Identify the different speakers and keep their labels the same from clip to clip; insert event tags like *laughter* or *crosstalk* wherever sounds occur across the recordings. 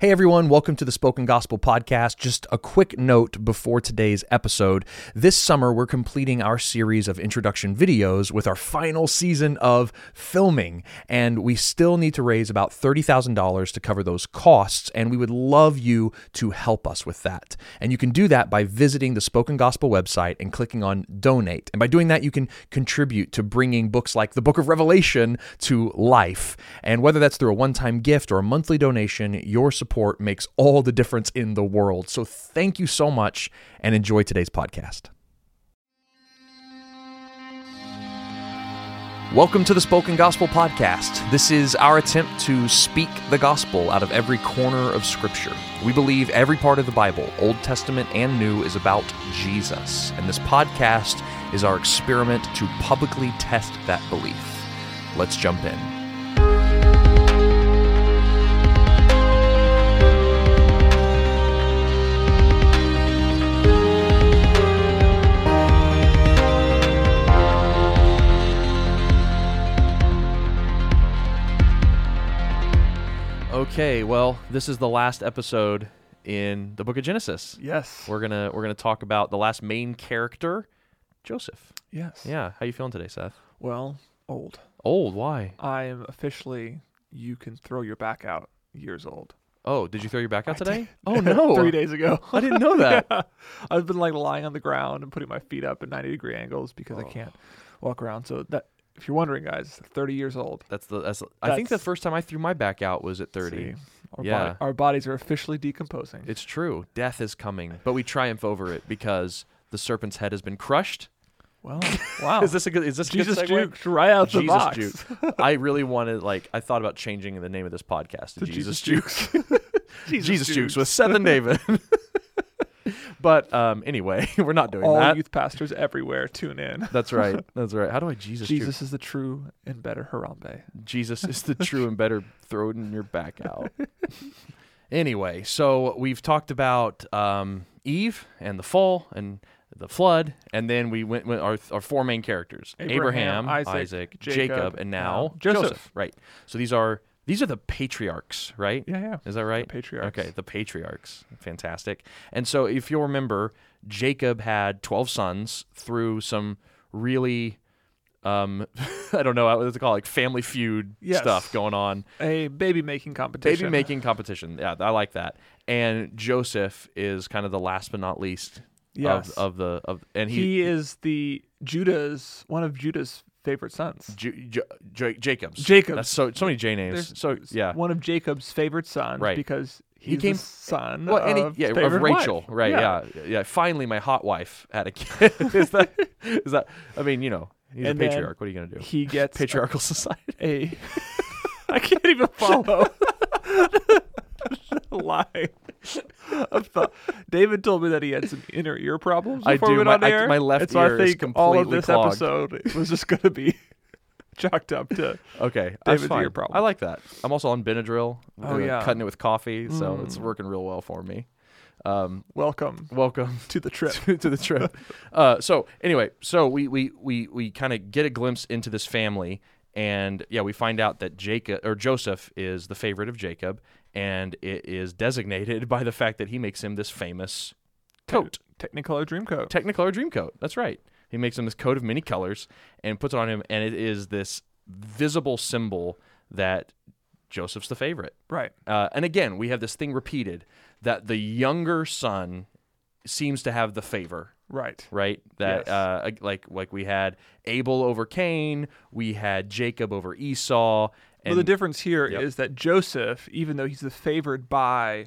Speaker 1: Hey everyone, welcome to the Spoken Gospel Podcast. Just a quick note before today's episode. This summer, we're completing our series of introduction videos with our final season of filming, and we still need to raise about $30,000 to cover those costs, and we would love you to help us with that. And you can do that by visiting the Spoken Gospel website and clicking on donate. And by doing that, you can contribute to bringing books like the Book of Revelation to life. And whether that's through a one time gift or a monthly donation, your support makes all the difference in the world. So thank you so much and enjoy today's podcast. Welcome to the Spoken Gospel Podcast. This is our attempt to speak the gospel out of every corner of Scripture. We believe every part of the Bible, Old Testament and New, is about Jesus. And this podcast is our experiment to publicly test that belief. Let's jump in. Okay, well, this is the last episode in the book of Genesis.
Speaker 2: Yes.
Speaker 1: We're going to we're going to talk about the last main character, Joseph.
Speaker 2: yes.
Speaker 1: Yeah, how you feeling today, Seth?
Speaker 2: Well, old.
Speaker 1: Old, why?
Speaker 2: I am officially you can throw your back out years old.
Speaker 1: Oh, did you throw your back out
Speaker 2: I
Speaker 1: today?
Speaker 2: did. *laughs*
Speaker 1: Oh no.
Speaker 2: Three days ago.
Speaker 1: *laughs* I didn't know that.
Speaker 2: *laughs* Yeah. I've been like lying on the ground and putting my feet up at 90 degree angles because I can't walk around. So that if you're wondering guys, 30 years old.
Speaker 1: That's the that's, I think the
Speaker 2: That's-
Speaker 1: first time I threw my back out was at 30.
Speaker 2: See, our, body-
Speaker 1: Yeah.
Speaker 2: our bodies are officially decomposing.
Speaker 1: It's true. Death is coming, but we triumph over it because the serpent's head has been crushed. *laughs*
Speaker 2: well, wow.
Speaker 1: Is this a good? Is this a
Speaker 2: *laughs* Jesus
Speaker 1: good segue? *laughs*
Speaker 2: juked right out the
Speaker 1: Jesus
Speaker 2: box.
Speaker 1: Juke. I really wanted like I thought about changing the name of this podcast to
Speaker 2: The
Speaker 1: Jesus, Juke.
Speaker 2: *laughs* Jesus *laughs* Jesus,
Speaker 1: Jesus Jukes
Speaker 2: jukes.
Speaker 1: with Seth and David. *laughs* but um, anyway, *laughs* we're not doing
Speaker 2: all
Speaker 1: that.
Speaker 2: youth pastors everywhere tune in.
Speaker 1: That's right. That's right. How do I *laughs* Jesus? Juke?
Speaker 2: Jesus is the true and better Harambe.
Speaker 1: Jesus is
Speaker 2: *laughs*
Speaker 1: the true and better throat in your back out. *laughs* anyway, so we've talked about um, Eve and the fall and the flood, and then we went with our, our four main characters:
Speaker 2: Abraham,
Speaker 1: Isaac,
Speaker 2: Isaac,
Speaker 1: Jacob,
Speaker 2: Jacob,
Speaker 1: and now
Speaker 2: now Joseph.
Speaker 1: Right. So these are these are the patriarchs, right?
Speaker 2: Yeah, yeah.
Speaker 1: Is that right?
Speaker 2: patriarchs.
Speaker 1: Okay, the patriarchs. Fantastic. And so if you'll remember, Jacob had 12 sons through some really um *laughs* I don't know what to call it, like family feud
Speaker 2: Yes.
Speaker 1: stuff going on.
Speaker 2: A baby making competition.
Speaker 1: Baby making competition. Yeah, I like that. And Joseph is kind of the last but not least
Speaker 2: Yes.
Speaker 1: of, of the of and
Speaker 2: He,
Speaker 1: he,
Speaker 2: is the Judah's one of Judah's favorite sons.
Speaker 1: Ju- Ju- Ju- Jacobs.
Speaker 2: Jacobs.
Speaker 1: That's so so many J names.
Speaker 2: There's-
Speaker 1: so yeah.
Speaker 2: One of Jacob's favorite sons
Speaker 1: Right.
Speaker 2: because
Speaker 1: He
Speaker 2: he's
Speaker 1: came-
Speaker 2: the son
Speaker 1: Well, and he-
Speaker 2: of,
Speaker 1: yeah,
Speaker 2: his
Speaker 1: of
Speaker 2: uh, favorite
Speaker 1: Rachel,
Speaker 2: wife.
Speaker 1: right? Yeah. yeah, Finally, my hot wife had a kid. *laughs* is that? Is that? I mean, you know, he's
Speaker 2: And
Speaker 1: a
Speaker 2: then
Speaker 1: patriarch. What are you gonna do?
Speaker 2: He gets a-
Speaker 1: Patriarchal society. *laughs*
Speaker 2: a *laughs* I can't even follow *laughs* the line. of thought. David told me that he had some inner ear problems
Speaker 1: I
Speaker 2: before
Speaker 1: do.
Speaker 2: we went
Speaker 1: My-
Speaker 2: on
Speaker 1: I-
Speaker 2: air.
Speaker 1: my left
Speaker 2: and so
Speaker 1: ear
Speaker 2: I
Speaker 1: is
Speaker 2: think all of
Speaker 1: completely
Speaker 2: this
Speaker 1: clogged.
Speaker 2: episode was just going to be *laughs* chalked up to
Speaker 1: Okay, that's
Speaker 2: David's
Speaker 1: fine.
Speaker 2: ear problem.
Speaker 1: I like that. I'm also on Benadryl.
Speaker 2: Oh,
Speaker 1: uh,
Speaker 2: yeah. Mm.
Speaker 1: cutting it with coffee, so it's working real well for me. Um,
Speaker 2: welcome
Speaker 1: welcome
Speaker 2: *laughs* to the trip.
Speaker 1: to, to the trip. Uh, so anyway, so we we we we kind of get a glimpse into this family, and yeah, we find out that Jacob or Joseph is the favorite of Jacob, and it is designated *laughs* by the fact that he makes him this famous coat,
Speaker 2: Technicolor Dreamcoat.
Speaker 1: Technicolor dream coat. That's right. He makes him this coat of many colors and puts it on him, and it is this visible symbol that Joseph's the favorite.
Speaker 2: right.
Speaker 1: Uh, and again, we have this thing repeated that the younger son seems to have the favor
Speaker 2: Right.
Speaker 1: right? That
Speaker 2: Yes.
Speaker 1: uh, like like we had Abel over Cain, we had Jacob over Esau,
Speaker 2: Well,
Speaker 1: and
Speaker 2: the difference here is
Speaker 1: Yep.
Speaker 2: that Joseph, even though he's the favored by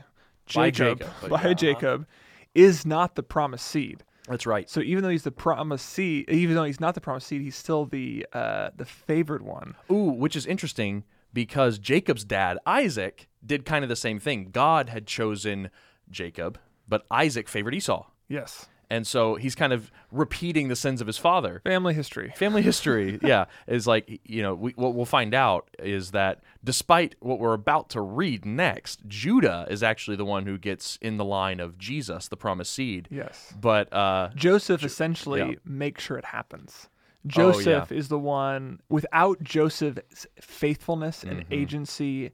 Speaker 1: By
Speaker 2: Jacob, *laughs*
Speaker 1: Jacob, but
Speaker 2: by
Speaker 1: yeah.
Speaker 2: Jacob, is not the promised seed.
Speaker 1: that's right.
Speaker 2: So even though he's the promised seed, even though he's not the promised seed, he's still the uh, the favored one.
Speaker 1: Ooh, which is interesting because Jacob's dad Isaac did kind of the same thing. God had chosen Jacob, but Isaac favored Esau,
Speaker 2: Yes.
Speaker 1: and so he's kind of repeating the sins of his father.
Speaker 2: Family history.
Speaker 1: Family
Speaker 2: *laughs*
Speaker 1: history, yeah, is like you know we, what we'll find out is that despite what we're about to read next, Judah is actually the one who gets in the line of Jesus, the promised seed.
Speaker 2: Yes.
Speaker 1: But uh,
Speaker 2: Joseph essentially
Speaker 1: yeah.
Speaker 2: makes sure it
Speaker 1: Oh,
Speaker 2: happens.
Speaker 1: yeah. Mm-hmm.
Speaker 2: Joseph is the one without Joseph's faithfulness and agency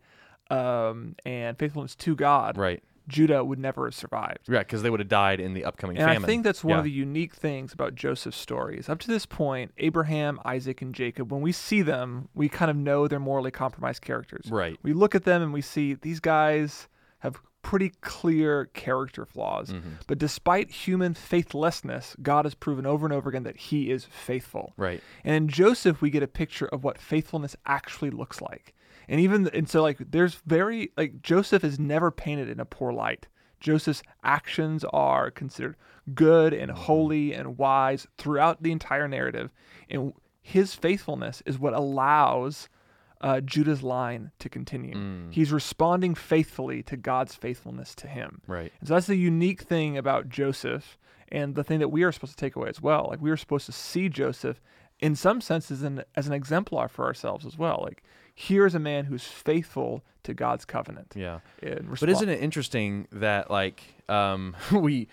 Speaker 2: um, and faithfulness to God,
Speaker 1: Right.
Speaker 2: Judah would never have survived.
Speaker 1: Right, because they would have died in the upcoming
Speaker 2: And
Speaker 1: famine.
Speaker 2: I think that's one of the
Speaker 1: Yeah.
Speaker 2: unique things about Joseph's stories. Up to this point, Abraham, Isaac, and Jacob, when we see them, we kind of know they're morally compromised characters.
Speaker 1: Right.
Speaker 2: We look at them and we see these guys have pretty clear character flaws.
Speaker 1: Mm-hmm.
Speaker 2: But despite human faithlessness, God has proven over and over again that he is faithful.
Speaker 1: Right.
Speaker 2: And in Joseph, we get a picture of what faithfulness actually looks like. And even and so like there's very like Joseph is never painted in a poor light. Joseph's actions are considered good and holy and wise throughout the entire narrative, and his faithfulness is what allows uh, Judah's line to continue. He's responding faithfully to God's faithfulness to him.
Speaker 1: Right.
Speaker 2: And so that's the unique thing about Joseph and the thing that we are supposed to take away as well. Like we are supposed to see Joseph in some senses an, as an exemplar for ourselves as well. Like here is a man who's faithful to God's covenant.
Speaker 1: Yeah.
Speaker 2: And
Speaker 1: But isn't it interesting that like um, *laughs* we,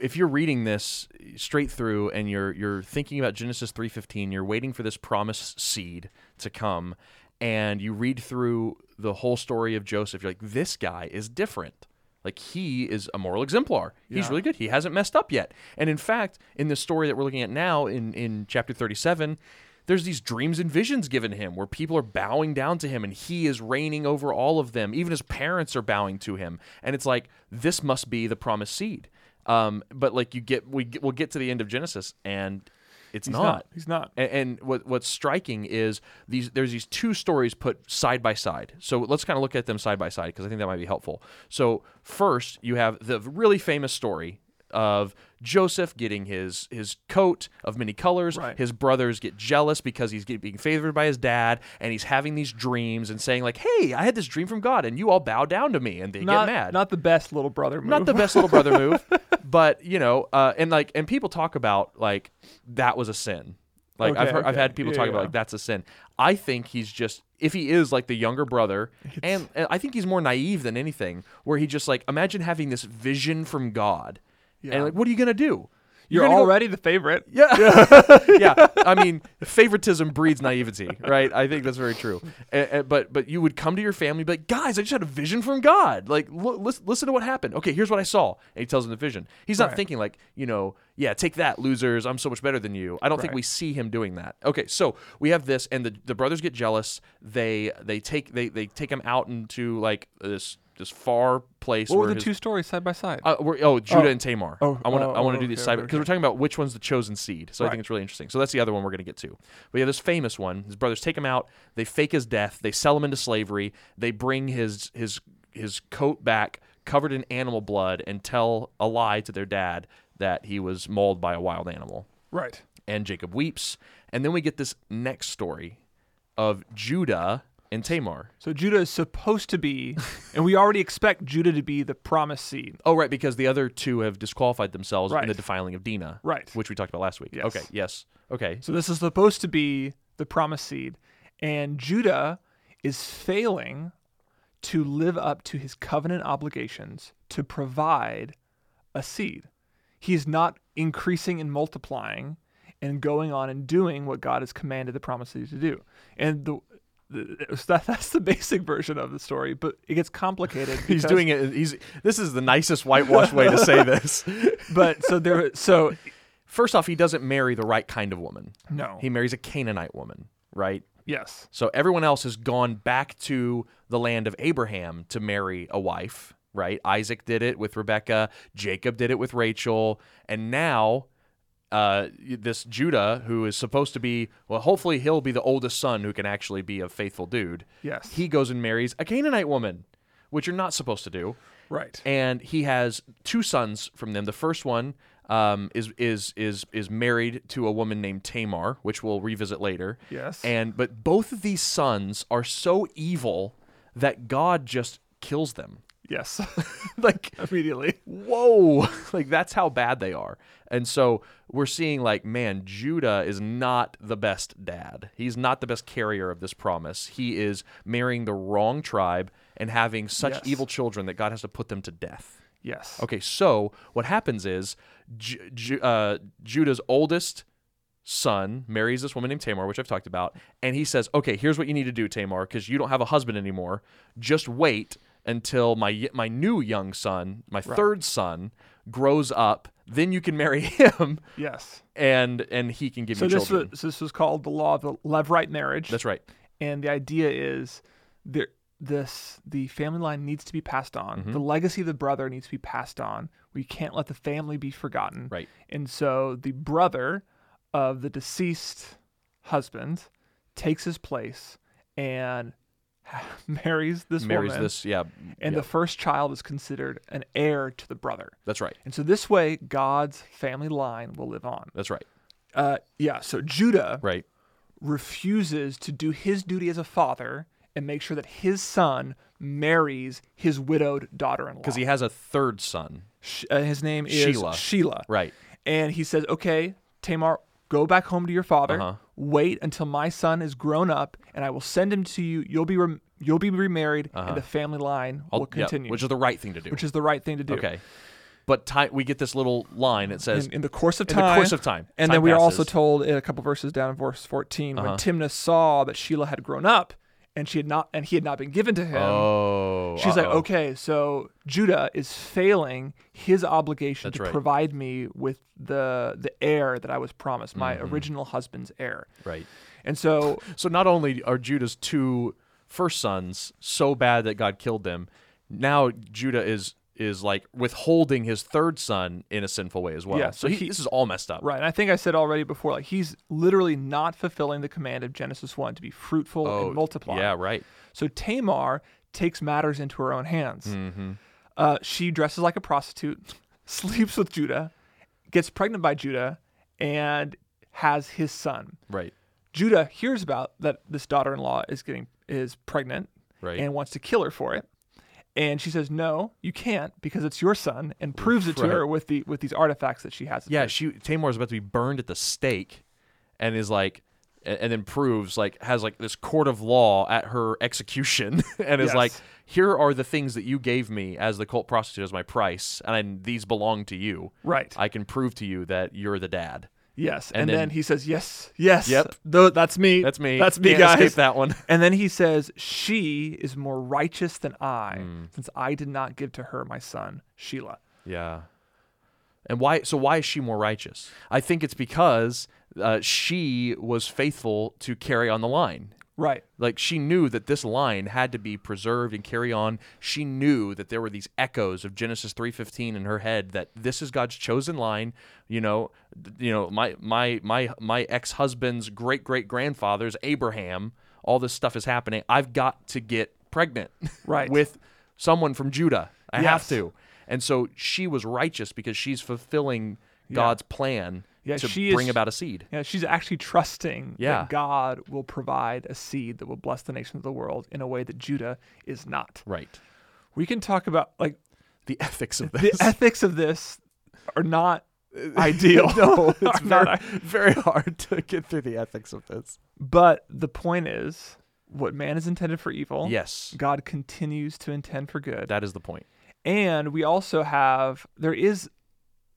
Speaker 1: if you're reading this straight through and you're you're thinking about Genesis three fifteen, you're waiting for this promised seed to come, and you read through the whole story of Joseph, you're like, this guy is different. Like he is a moral exemplar. He's
Speaker 2: Yeah.
Speaker 1: really good. He hasn't messed up yet. And in fact, in the story that we're looking at now in in chapter thirty seven. There's these dreams and visions given him where people are bowing down to him and he is reigning over all of them. Even his parents are bowing to him. And it's like, this must be the promised seed. Um, but like you get, we get, we'll get to the end of Genesis and it's
Speaker 2: He's
Speaker 1: not.
Speaker 2: not. He's not.
Speaker 1: And, and what what's striking is these there's these two stories put side by side. So let's kind of look at them side by side because I think that might be helpful. So first, you have the really famous story of Joseph getting his his coat of many colors.
Speaker 2: Right.
Speaker 1: His brothers get jealous because he's get, being favored by his dad, and he's having these dreams and saying like, "Hey, I had this dream from God, and you all bow down to me," and they
Speaker 2: not,
Speaker 1: get mad.
Speaker 2: not the best little brother move.
Speaker 1: Not the best little brother
Speaker 2: *laughs*
Speaker 1: move, but you know, uh, and like, and people talk about like that was a sin. Like I've
Speaker 2: Okay,
Speaker 1: heard, I've
Speaker 2: okay.
Speaker 1: had people
Speaker 2: Yeah,
Speaker 1: talk about
Speaker 2: yeah.
Speaker 1: like that's a sin. I think he's just if he is like the younger brother, and, and I think he's more naive than anything. Where he just like imagine having this vision from God,
Speaker 2: Yeah.
Speaker 1: and like, what are you gonna do?
Speaker 2: You're,
Speaker 1: gonna go-
Speaker 2: already the favorite.
Speaker 1: *laughs* yeah, I mean, favoritism breeds naivety, right? I think that's very true. A- a- but but you would come to your family, and be like, guys, I just had a vision from God. Like, lo- listen, listen to what happened. Okay, here's what I saw. And he tells them the vision. He's not
Speaker 2: Right.
Speaker 1: thinking like, you know, yeah, take that, losers. I'm so much better than you. I don't think
Speaker 2: Right.
Speaker 1: we see him doing that. Okay, so we have this, and the, the brothers get jealous. They they take they they take him out into like this this far place.
Speaker 2: What
Speaker 1: where
Speaker 2: were the
Speaker 1: his-
Speaker 2: two stories side by side?
Speaker 1: uh, we're, oh, Judah
Speaker 2: Oh.
Speaker 1: and Tamar.
Speaker 2: Oh,
Speaker 1: I want to
Speaker 2: oh,
Speaker 1: I want to
Speaker 2: oh,
Speaker 1: do these
Speaker 2: okay,
Speaker 1: side
Speaker 2: okay,
Speaker 1: because we're talking about which one's the chosen seed. So I
Speaker 2: Right.
Speaker 1: think it's really interesting. So that's the other one we're going to get to. But yeah, this famous one. His brothers take him out. They fake his death. They sell him into slavery. They bring his his his coat back covered in animal blood and tell a lie to their dad that he was mauled by a wild animal
Speaker 2: right.
Speaker 1: and Jacob weeps. And then we get this next story of Judah and Tamar.
Speaker 2: So Judah is supposed to be, and we already expect Judah to be the promised seed.
Speaker 1: Oh, right, because the other two have disqualified themselves in
Speaker 2: Right.
Speaker 1: the defiling of Dina.
Speaker 2: Right.
Speaker 1: Which we talked about last week.
Speaker 2: Yes.
Speaker 1: Okay, yes. Okay.
Speaker 2: So this is supposed to be the promised seed, and Judah is failing to live up to his covenant obligations to provide a seed. He is not increasing and multiplying and going on and doing what God has commanded the promised seed to do. And the, the *laughs* so that, that's the basic version of the story, but it gets
Speaker 1: *laughs* *laughs*
Speaker 2: complicated.
Speaker 1: He's
Speaker 2: because-
Speaker 1: doing it. He's this is the nicest whitewash way to say this.
Speaker 2: but so there
Speaker 1: *laughs*
Speaker 2: so
Speaker 1: First off, he doesn't marry the right kind of woman.
Speaker 2: no.
Speaker 1: He marries a Canaanite woman, right?
Speaker 2: yes.
Speaker 1: So everyone else has gone back to the land of Abraham to marry a wife, right? Isaac did it with Rebecca, Jacob did it with Rachel, and now uh, this Judah, who is supposed to be, well, hopefully he'll be the oldest son who can actually be a faithful dude.
Speaker 2: Yes.
Speaker 1: He goes and marries a Canaanite woman, which you're not supposed to do
Speaker 2: Right.
Speaker 1: and he has two sons from them. The first one um, is is is is married to a woman named Tamar, which we'll revisit later.
Speaker 2: Yes.
Speaker 1: And but both of these sons are so evil that God just kills them. *laughs*
Speaker 2: yes.
Speaker 1: like
Speaker 2: Immediately.
Speaker 1: whoa *laughs* like that's how bad they are and so we're seeing like man judah is not the best dad he's not the best carrier of this promise he is marrying the wrong tribe and having such
Speaker 2: Yes.
Speaker 1: evil children that god has to put them to death
Speaker 2: Yes.
Speaker 1: Okay, so what happens is Ju- Ju- uh, Judah's oldest son marries this woman named Tamar, which I've talked about, and he says, "Okay, here's what you need to do, Tamar, because you don't have a husband anymore. Just wait until my y- my new young son, my third son, grows up. Then you can marry *laughs* him,
Speaker 2: Yes.
Speaker 1: and and he can give
Speaker 2: So
Speaker 1: you
Speaker 2: this
Speaker 1: children."
Speaker 2: was, this was called the law of the Levirate marriage.
Speaker 1: That's right.
Speaker 2: and the idea is there this the family line needs to be passed on
Speaker 1: Mm-hmm.
Speaker 2: the legacy of the brother needs to be passed on we can't let the family be forgotten
Speaker 1: Right.
Speaker 2: and so the brother of the deceased husband takes his place and *laughs* marries this
Speaker 1: Marries
Speaker 2: woman
Speaker 1: this, yeah,
Speaker 2: and
Speaker 1: yeah,
Speaker 2: the first child is considered an heir to the brother
Speaker 1: that's right.
Speaker 2: and so this way god's family line will live on
Speaker 1: That's right.
Speaker 2: uh, yeah so judah
Speaker 1: Right.
Speaker 2: refuses to do his duty as a father and make sure that his son marries his widowed daughter-in-law.
Speaker 1: Because he has a third son.
Speaker 2: Sh- uh, his name is
Speaker 1: Sheila.
Speaker 2: Sheila.
Speaker 1: Right.
Speaker 2: And he says, "Okay, Tamar, go back home to your father.
Speaker 1: Uh-huh.
Speaker 2: Wait until my son is grown up, and I will send him to you. You'll be rem you'll be remarried, and the family line
Speaker 1: Uh-huh. I'll-
Speaker 2: will
Speaker 1: yeah,
Speaker 2: continue,
Speaker 1: which is the right thing to do.
Speaker 2: which is the right thing to do."
Speaker 1: okay. But time, we get this little line that says,
Speaker 2: In, in the course of
Speaker 1: In
Speaker 2: time.
Speaker 1: the course of time.
Speaker 2: And
Speaker 1: Time
Speaker 2: then we are also
Speaker 1: passes. Uh-huh.
Speaker 2: told in a couple verses down in verse 14 when Timnah saw that Sheila had grown up and she had not and he had not been given to him.
Speaker 1: "Oh,
Speaker 2: She's like,
Speaker 1: uh-oh.
Speaker 2: okay, so Judah is failing his obligation
Speaker 1: That's
Speaker 2: to
Speaker 1: right.
Speaker 2: provide me with the the heir that I was promised, my
Speaker 1: Mm-hmm.
Speaker 2: original husband's heir.
Speaker 1: right."
Speaker 2: And so, *laughs*
Speaker 1: So not only are Judah's two first sons so bad that God killed them, now Judah is is like withholding his third son in a sinful way as well.
Speaker 2: Yeah,
Speaker 1: so
Speaker 2: so
Speaker 1: he,
Speaker 2: he-
Speaker 1: this is all messed up.
Speaker 2: right, and I think I said already before, like he's literally not fulfilling the command of Genesis one to be fruitful
Speaker 1: Oh,
Speaker 2: and multiply.
Speaker 1: Yeah, right.
Speaker 2: So Tamar takes matters into her own hands.
Speaker 1: Mm-hmm.
Speaker 2: Uh, she dresses like a prostitute, *laughs* sleeps with Judah, gets pregnant by Judah, and has his son.
Speaker 1: Right.
Speaker 2: Judah hears about that this daughter-in-law is getting is pregnant
Speaker 1: Right.
Speaker 2: and wants to kill her for it. And she says, "No, you can't because it's your son," and proves it to
Speaker 1: Right.
Speaker 2: her with the with these artifacts that she has.
Speaker 1: Yeah, she Tamar is about to be burned at the stake, and is like, a- and then proves like has like this court of law at her execution, *laughs* and is
Speaker 2: Yes.
Speaker 1: like, here are the things that you gave me as the cult prostitute as my price, and I, these belong to you.
Speaker 2: Right.
Speaker 1: I can prove to you that you're the dad.
Speaker 2: Yes.
Speaker 1: And
Speaker 2: And, then,
Speaker 1: then-
Speaker 2: he says, "Yes, yes.
Speaker 1: Yep.
Speaker 2: tho- that's me.
Speaker 1: That's me.
Speaker 2: That's me,
Speaker 1: Can't
Speaker 2: guys.
Speaker 1: escape that
Speaker 2: *laughs*
Speaker 1: one.
Speaker 2: And then he says, "She is more righteous than I,
Speaker 1: Hmm.
Speaker 2: since I did not give to her my son Sheila."
Speaker 1: Yeah. And why? So why is she more righteous? I think it's because uh, she was faithful to carry on the line.
Speaker 2: Right.
Speaker 1: Like she knew that this line had to be preserved and carry on. She knew that there were these echoes of Genesis 3:15 in her head that this is God's chosen line, you know, th- you know, my my my my ex-husband's great-great-grandfather's Abraham, all this stuff is happening. I've got to get pregnant *laughs*
Speaker 2: Right.
Speaker 1: with someone from Judah. I have
Speaker 2: Yes.
Speaker 1: to. And so she was righteous because she's fulfilling God's plan
Speaker 2: Yeah,
Speaker 1: to
Speaker 2: she
Speaker 1: bring
Speaker 2: is-
Speaker 1: about a seed.
Speaker 2: Yeah, she's actually trusting
Speaker 1: Yeah.
Speaker 2: that God will provide a seed that will bless the nations of the world in a way that Judah is not.
Speaker 1: Right.
Speaker 2: We can talk about like
Speaker 1: The ethics of this.
Speaker 2: the ethics of this
Speaker 1: *laughs*
Speaker 2: are not ideal. *laughs* no, it's not,
Speaker 1: very hard to get through the ethics of this.
Speaker 2: but the point is what man is intended for evil,
Speaker 1: Yes,
Speaker 2: God continues to intend for good.
Speaker 1: that is the point.
Speaker 2: and we also have there is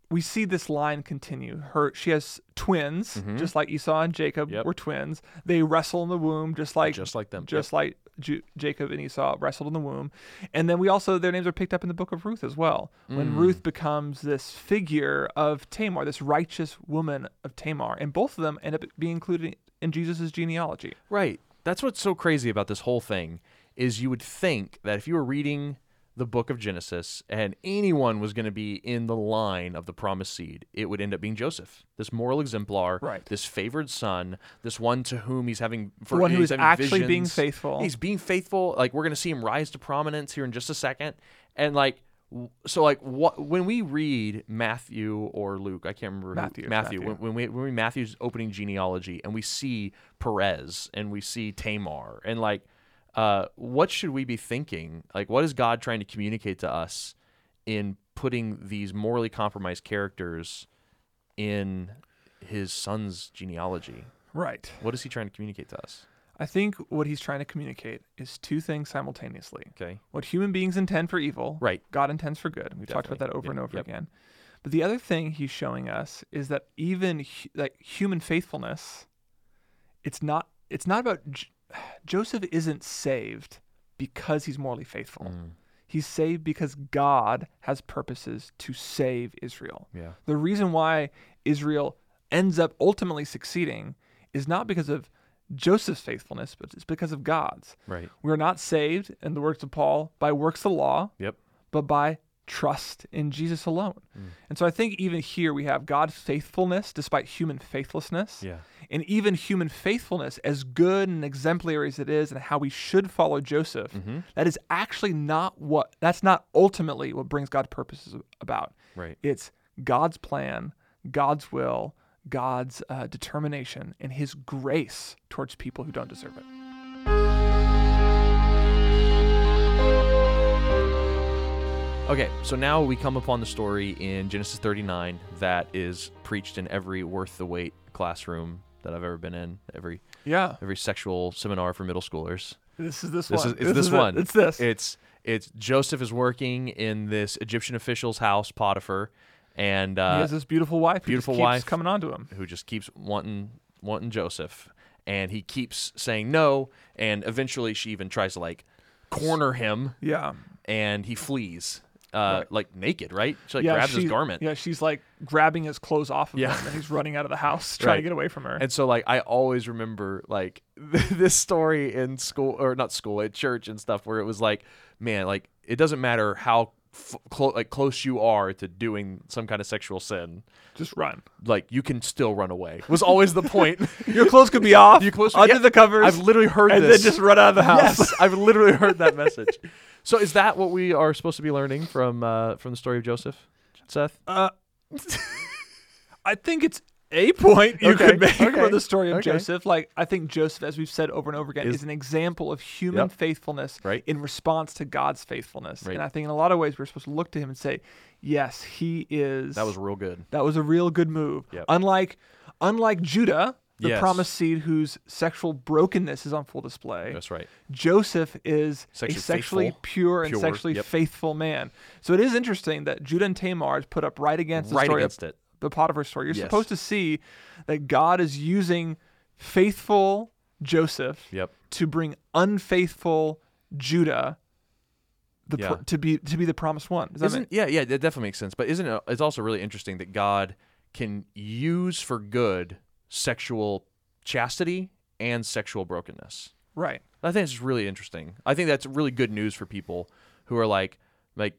Speaker 2: we see this line continue her she has twins just like esau and jacob
Speaker 1: Mm-hmm. Yep.
Speaker 2: were twins they wrestle in the womb just like
Speaker 1: Just like them.
Speaker 2: just like Ju- jacob and esau wrestled in the womb and then we also their names are picked up in the book of ruth as well
Speaker 1: Mm.
Speaker 2: when ruth becomes this figure of tamar this righteous woman of tamar and both of them end up being included in jesus' genealogy
Speaker 1: Right. That's what's so crazy about this whole thing is you would think that if you were reading the book of Genesis and anyone was going to be in the line of the promised seed, it would end up being Joseph, this moral exemplar,
Speaker 2: Right.
Speaker 1: this favored son, this one to whom he's having for
Speaker 2: one who
Speaker 1: he's
Speaker 2: is
Speaker 1: having
Speaker 2: actually being
Speaker 1: visions.
Speaker 2: faithful.
Speaker 1: He's being faithful. Like we're going to see him rise to prominence here in just a second. And like w- so like what when we read Matthew or Luke, I can't remember who-
Speaker 2: Matthew, it's
Speaker 1: Matthew,
Speaker 2: Matthew.
Speaker 1: When, when we when we Matthew's opening genealogy and we see Perez and we see Tamar and like uh what should we be thinking? Like what is God trying to communicate to us in putting these morally compromised characters in his son's genealogy?
Speaker 2: right
Speaker 1: What is he trying to communicate to us?
Speaker 2: i think what he's trying to communicate is two things simultaneously
Speaker 1: Okay.
Speaker 2: what human beings intend for evil,
Speaker 1: Right.
Speaker 2: God intends for good. We've talked about
Speaker 1: Definitely.
Speaker 2: that over and
Speaker 1: Yeah.
Speaker 2: over
Speaker 1: Yep.
Speaker 2: again. But the other thing he's showing us is that even hu- like human faithfulness, it's not it's not about J- *sighs* Joseph isn't saved because he's morally faithful.
Speaker 1: Mm.
Speaker 2: He's saved because God has purposes to save Israel.
Speaker 3: Yeah.
Speaker 2: The reason why Israel ends up ultimately succeeding is not because of Joseph's faithfulness, but it's because of God's.
Speaker 1: Right.
Speaker 2: We are not saved, in the words of Paul, by works of the law,
Speaker 1: Yep.
Speaker 2: but by trust in Jesus alone. And so I think even here we have God's faithfulness despite human faithlessness.
Speaker 1: Yeah.
Speaker 2: And even human faithfulness, as good and exemplary as it is, and how we should follow Joseph, that is actually not what, that's not ultimately what brings God purposes about.
Speaker 1: Right.
Speaker 2: It's God's plan, God's will, God's uh, determination, and His grace towards people who don't deserve it.
Speaker 1: Okay, so now we come upon the story in Genesis 39 that is preached in every worth the wait classroom that I've ever been in, every
Speaker 2: Yeah,
Speaker 1: every sexual seminar for middle schoolers.
Speaker 2: this is this,
Speaker 1: This
Speaker 2: one.
Speaker 1: is it's this,
Speaker 2: is it.
Speaker 1: one.
Speaker 2: It's this.
Speaker 1: It's it's Joseph is working in this Egyptian official's house, Potiphar, and uh,
Speaker 2: he has this beautiful wife. who just
Speaker 1: beautiful
Speaker 2: keeps
Speaker 1: wife.
Speaker 2: coming on to him.
Speaker 1: who just keeps wanting wanting Joseph, and he keeps saying no, and eventually she even tries to like corner him,
Speaker 2: Yeah,
Speaker 1: and he flees, uh, like naked, right? She like
Speaker 2: yeah.
Speaker 1: grabs
Speaker 2: she-
Speaker 1: his garment.
Speaker 2: Yeah, she's like grabbing his clothes off of
Speaker 1: Yeah.
Speaker 2: him, and he's running out of the house trying
Speaker 1: Right.
Speaker 2: to get away from her.
Speaker 1: And so, like, I always remember like *laughs* this story in school or not school at church and stuff, where it was like, man, like it doesn't matter how f- clo- like close you are to doing some kind of sexual sin,
Speaker 2: just run.
Speaker 1: like you can still run away. Was always the
Speaker 2: *laughs*
Speaker 1: point.
Speaker 2: Your clothes could be off.
Speaker 1: Your clothes could-
Speaker 2: under
Speaker 1: yeah,
Speaker 2: the covers.
Speaker 1: I've literally heard
Speaker 2: and
Speaker 1: this.
Speaker 2: then just run out of the house.
Speaker 1: Yes, *laughs* I've literally heard
Speaker 2: *laughs*
Speaker 1: that message. So, is that what we are supposed to be learning from uh, from the story of Joseph, Seth?
Speaker 2: Uh, I think it's a point you
Speaker 1: Okay,
Speaker 2: could make
Speaker 1: okay,
Speaker 2: for the story of
Speaker 1: okay.
Speaker 2: Joseph. Like, I think Joseph, as we've said over and over again,
Speaker 1: Is-
Speaker 2: is, an example of human
Speaker 1: Yep.
Speaker 2: faithfulness
Speaker 1: Right.
Speaker 2: in response to God's faithfulness.
Speaker 1: Right.
Speaker 2: And I think in a lot of ways, we're supposed to look to him and say, yes, he is.
Speaker 1: That was real good.
Speaker 2: That was a real good move.
Speaker 1: Yep.
Speaker 2: Unlike unlike Judah, the
Speaker 1: Yes.
Speaker 2: promised seed whose sexual brokenness is on full display,
Speaker 1: That's right.
Speaker 2: Joseph is
Speaker 1: Sexually
Speaker 2: a sexually
Speaker 1: faithful.
Speaker 2: pure and
Speaker 1: Pure,
Speaker 2: sexually
Speaker 1: yep.
Speaker 2: faithful man. So it is interesting that Judah and Tamar is put up right against the
Speaker 1: Right
Speaker 2: story
Speaker 1: against
Speaker 2: of
Speaker 1: it.
Speaker 2: the Potiphar story. You're
Speaker 1: Yes.
Speaker 2: supposed to see that God is using faithful Joseph
Speaker 1: Yep.
Speaker 2: to bring unfaithful Judah the
Speaker 1: Yeah.
Speaker 2: pro- to be to be the promised one. Does that
Speaker 1: Isn't,
Speaker 2: make
Speaker 1: yeah, yeah, that definitely makes sense. But isn't it? It's also really interesting that God can use for good sexual chastity and sexual brokenness.
Speaker 2: right?
Speaker 1: I think it's really interesting. I think that's really good news for people who are like, like,